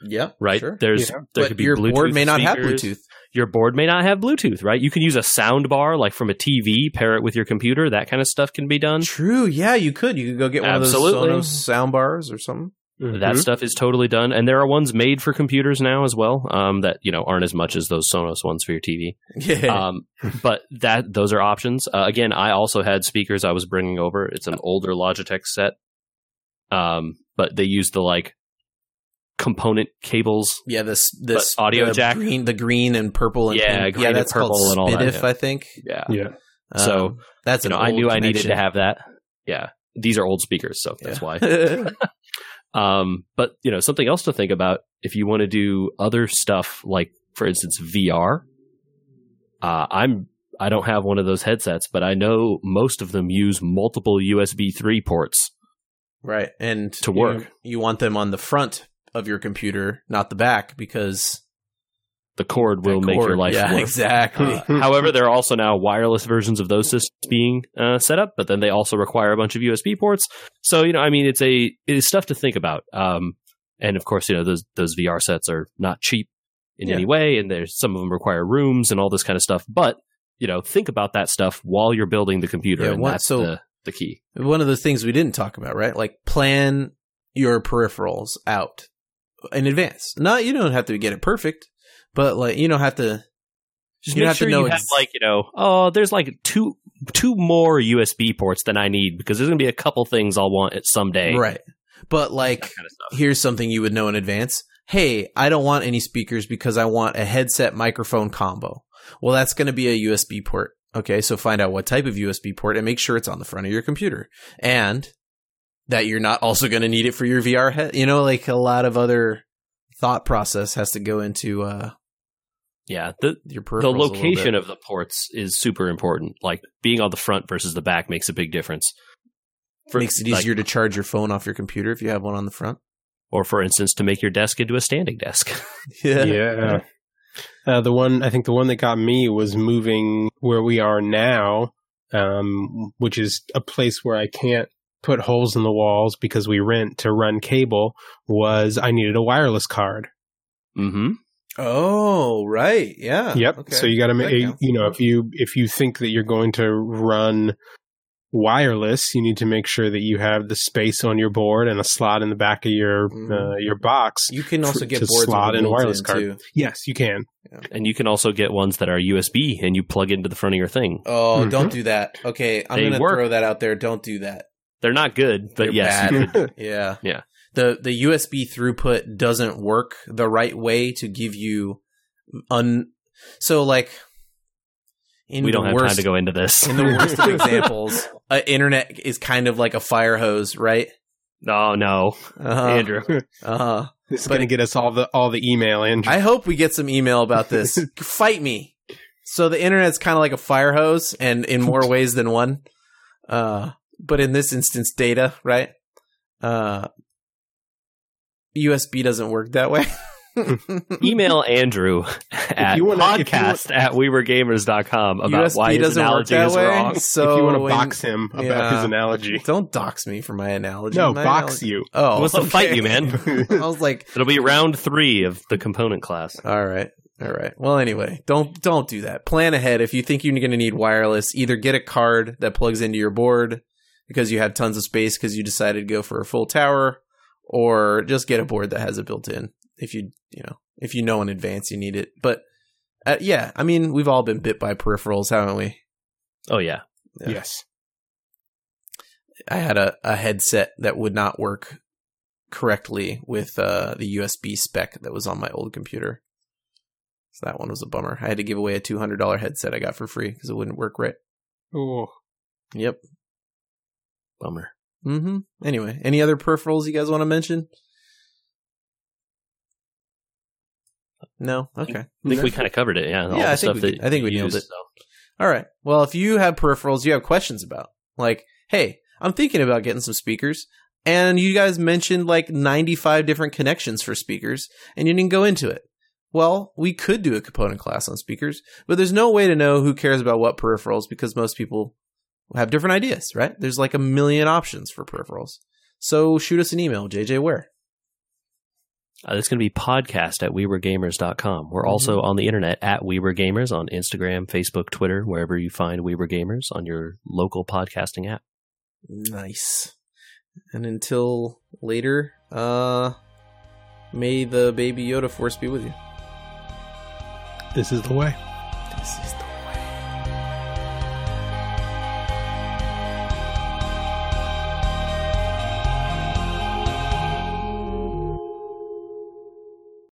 [SPEAKER 1] yeah,
[SPEAKER 3] right
[SPEAKER 1] Sure.
[SPEAKER 3] there's
[SPEAKER 2] Yeah.
[SPEAKER 3] there
[SPEAKER 1] but
[SPEAKER 3] could be
[SPEAKER 1] your
[SPEAKER 3] bluetooth
[SPEAKER 1] board may not
[SPEAKER 3] speakers.
[SPEAKER 1] have Bluetooth.
[SPEAKER 3] your board may not have bluetooth right you can use a sound bar like from a tv pair it with your computer that kind of stuff can be done
[SPEAKER 1] True. Yeah, you could. You could go get one
[SPEAKER 3] Absolutely.
[SPEAKER 1] of those Sonos sound bars or something. [LAUGHS]
[SPEAKER 3] that
[SPEAKER 1] Mm-hmm.
[SPEAKER 3] stuff is totally done and there are ones made for computers now as well um, that you know aren't as much as those sonos ones for your tv
[SPEAKER 1] Yeah.
[SPEAKER 3] um, but that those are options. Uh, again, I also had speakers I was bringing over. It's an older Logitech set, um, but they use the like component cables.
[SPEAKER 1] yeah. This this
[SPEAKER 3] but audio
[SPEAKER 1] the
[SPEAKER 3] jack-
[SPEAKER 1] green, the green and purple and
[SPEAKER 3] Yeah,
[SPEAKER 1] pink.
[SPEAKER 3] green
[SPEAKER 1] yeah.
[SPEAKER 3] and
[SPEAKER 1] That's
[SPEAKER 3] purple
[SPEAKER 1] called
[SPEAKER 3] and all that,
[SPEAKER 1] Spitif,
[SPEAKER 3] yeah.
[SPEAKER 1] I think.
[SPEAKER 3] Yeah,
[SPEAKER 2] Yeah.
[SPEAKER 3] So,
[SPEAKER 1] Um, that's an
[SPEAKER 3] you know, I
[SPEAKER 1] old
[SPEAKER 3] knew I needed
[SPEAKER 1] connection.
[SPEAKER 3] to have that. Yeah, these are old speakers, so that's
[SPEAKER 1] [LAUGHS]
[SPEAKER 3] why.
[SPEAKER 1] why.
[SPEAKER 3] Um, but you know, something else to think about if you want to do other stuff, like for instance VR. Uh, I'm I don't have one of those headsets, but I know most of them use multiple USB three ports.
[SPEAKER 1] right. And
[SPEAKER 3] To
[SPEAKER 1] you-
[SPEAKER 3] work.
[SPEAKER 1] You, want them on the front of your computer, not the back, because
[SPEAKER 3] The cord will
[SPEAKER 1] that
[SPEAKER 3] make your
[SPEAKER 1] cord-
[SPEAKER 3] life
[SPEAKER 1] Yeah,
[SPEAKER 3] work.
[SPEAKER 1] exactly.
[SPEAKER 3] [LAUGHS] Uh, however, there are also now wireless versions of those systems being uh, set up, but then they also require a bunch of USB ports. So you know, I mean, it's a it is stuff to think about. Um, and of course, you know those those VR sets are not cheap in
[SPEAKER 1] Yeah.
[SPEAKER 3] any way, and there's some of them require rooms and all this kind of stuff. But you know, think about that stuff while you're building the computer,
[SPEAKER 1] Yeah,
[SPEAKER 3] and
[SPEAKER 1] what-
[SPEAKER 3] that's
[SPEAKER 1] so-
[SPEAKER 3] the the key.
[SPEAKER 1] One of the things we didn't talk about, right? Like plan your peripherals out in advance. Not you don't have to get it perfect, but like you don't have to.
[SPEAKER 3] Just
[SPEAKER 1] You
[SPEAKER 3] make
[SPEAKER 1] have to
[SPEAKER 3] sure
[SPEAKER 1] know
[SPEAKER 3] you have
[SPEAKER 1] ex-
[SPEAKER 3] like you know, oh, there's like two two more USB ports than I need because there's gonna be a couple things I'll want at someday.
[SPEAKER 1] Right. But like
[SPEAKER 3] That kind of stuff.
[SPEAKER 1] here's something you would know in advance. Hey, I don't want any speakers because I want a headset microphone combo. Well, that's going to be a USB port. Okay, so find out what type of USB port and make sure it's on the front of your computer and that you're not also going to need it for your VR head. You know, like a lot of other thought process has to go into uh,
[SPEAKER 3] Yeah, the
[SPEAKER 1] your peripherals.
[SPEAKER 3] the
[SPEAKER 1] a little bit.
[SPEAKER 3] location of the ports is super important. Like being on the front versus the back makes a big difference. For,
[SPEAKER 1] makes it
[SPEAKER 3] like-
[SPEAKER 1] easier to charge your phone off your computer if you have one on the front. [LAUGHS]
[SPEAKER 3] or for instance, to make your desk into a standing desk. [LAUGHS]
[SPEAKER 2] yeah. [LAUGHS] Uh, the one I think the one that got me was moving where we are now, um, which is a place where I can't put holes in the walls because we rent to run cable. Was I needed a wireless card?
[SPEAKER 3] mm-hmm.
[SPEAKER 1] Oh, right. Yeah.
[SPEAKER 2] Yep. So you got to
[SPEAKER 1] That
[SPEAKER 2] make Ah, you
[SPEAKER 1] counts.
[SPEAKER 2] know if you if you think that you're going to run wireless, you need to make sure that you have the space on your board and a slot in the back of your uh,
[SPEAKER 1] Mhm.
[SPEAKER 2] your box.
[SPEAKER 1] You can also
[SPEAKER 2] for-
[SPEAKER 1] get
[SPEAKER 2] to
[SPEAKER 1] boards
[SPEAKER 2] slot
[SPEAKER 1] with
[SPEAKER 2] in
[SPEAKER 1] a
[SPEAKER 2] a wireless
[SPEAKER 1] built-in,
[SPEAKER 2] card.
[SPEAKER 1] Too.
[SPEAKER 2] Yes, you can.
[SPEAKER 3] And you can also get ones that are USB and you plug into the front of your thing.
[SPEAKER 1] Oh,
[SPEAKER 2] Mhm.
[SPEAKER 1] don't do that. Okay, I'm
[SPEAKER 3] Mm-hmm. They
[SPEAKER 1] gonna
[SPEAKER 3] work.
[SPEAKER 1] throw that out there. Don't do that.
[SPEAKER 3] They're not good, but
[SPEAKER 1] They're
[SPEAKER 3] yes, you
[SPEAKER 1] bad.
[SPEAKER 3] could-
[SPEAKER 1] Yeah.
[SPEAKER 3] Yeah.
[SPEAKER 1] The the USB throughput doesn't work the right way to give you un so like in
[SPEAKER 3] [LAUGHS] we
[SPEAKER 1] the
[SPEAKER 3] don't have
[SPEAKER 1] worst,
[SPEAKER 3] time to go into this.
[SPEAKER 1] in the worst of examples, uh, internet is kind of like a fire hose, right?
[SPEAKER 3] [LAUGHS] No, no,
[SPEAKER 1] Uh-huh. [LAUGHS]
[SPEAKER 3] Andrew.
[SPEAKER 1] Uh-huh.
[SPEAKER 2] [LAUGHS] This is
[SPEAKER 1] But-
[SPEAKER 2] going to get us all the all the email and
[SPEAKER 1] I hope we get some email about
[SPEAKER 2] [LAUGHS]
[SPEAKER 1] this.
[SPEAKER 2] [LAUGHS]
[SPEAKER 1] Fight me. So the internet's kind of like a fire hose and in more ways than one. Uh, but in this instance, data, right? Uh, USB doesn't work that way.
[SPEAKER 3] [LAUGHS]
[SPEAKER 1] [LAUGHS]
[SPEAKER 3] Email Andrew at
[SPEAKER 2] you wanna- if you
[SPEAKER 3] podcast at wewergamers.com about why his analogy is wrong.
[SPEAKER 1] So
[SPEAKER 2] if you want to
[SPEAKER 1] in-
[SPEAKER 2] box him about
[SPEAKER 1] yeah.
[SPEAKER 2] his analogy,
[SPEAKER 1] don't dox me for my analogy.
[SPEAKER 2] no,
[SPEAKER 1] My
[SPEAKER 2] box
[SPEAKER 1] analogy-
[SPEAKER 2] you. [LAUGHS]
[SPEAKER 1] Oh,
[SPEAKER 3] What's the fight you, man?
[SPEAKER 1] [LAUGHS] I was like,
[SPEAKER 3] It'll be round three of the component class.
[SPEAKER 1] all right, all right. Well, anyway, don't don't do that. Plan ahead. If you think you're going to need wireless, either get a card that plugs into your board because you have tons of space because you decided to go for a full tower, or just get a board that has it built in. If you you know if you know in advance you need it, but uh, yeah, I mean we've all been bit by peripherals, haven't we?
[SPEAKER 3] Oh yeah.
[SPEAKER 1] Yeah.
[SPEAKER 2] Yes.
[SPEAKER 1] I had a, a headset that would not work correctly with uh, the USB spec that was on my old computer. So that one was a bummer. I had to give away a $200 headset I got for free because it wouldn't work right.
[SPEAKER 2] Oh,
[SPEAKER 1] Yep.
[SPEAKER 3] Bummer.
[SPEAKER 1] Mm-hmm. Anyway, any other peripherals you guys want to mention? No? Okay.
[SPEAKER 3] I think we kind of covered it. Yeah.
[SPEAKER 1] Yeah,
[SPEAKER 3] all the
[SPEAKER 1] I think
[SPEAKER 3] stuff
[SPEAKER 1] we
[SPEAKER 3] that
[SPEAKER 1] did. I think we
[SPEAKER 3] you
[SPEAKER 1] nailed
[SPEAKER 3] use,
[SPEAKER 1] it.
[SPEAKER 3] so.
[SPEAKER 1] All right. Well, if you have peripherals you have questions about, like, hey, I'm thinking about getting some speakers, and you guys mentioned like 95 different connections for speakers, and you didn't go into it. Well, we could do a component class on speakers, but there's no way to know who cares about what peripherals because most people have different ideas, right? There's like a million options for peripherals. So shoot us an email, JJ Where.
[SPEAKER 3] Uh, it's going to be podcast at wewergamers.com.
[SPEAKER 1] Mm-hmm.
[SPEAKER 3] We're also on the internet at wewergamers on Instagram, Facebook, Twitter, wherever you find We Were Gamers on your local podcasting app.
[SPEAKER 1] Nice. And until later, uh, may the baby Yoda force be with you.
[SPEAKER 2] this is the way.
[SPEAKER 1] This is the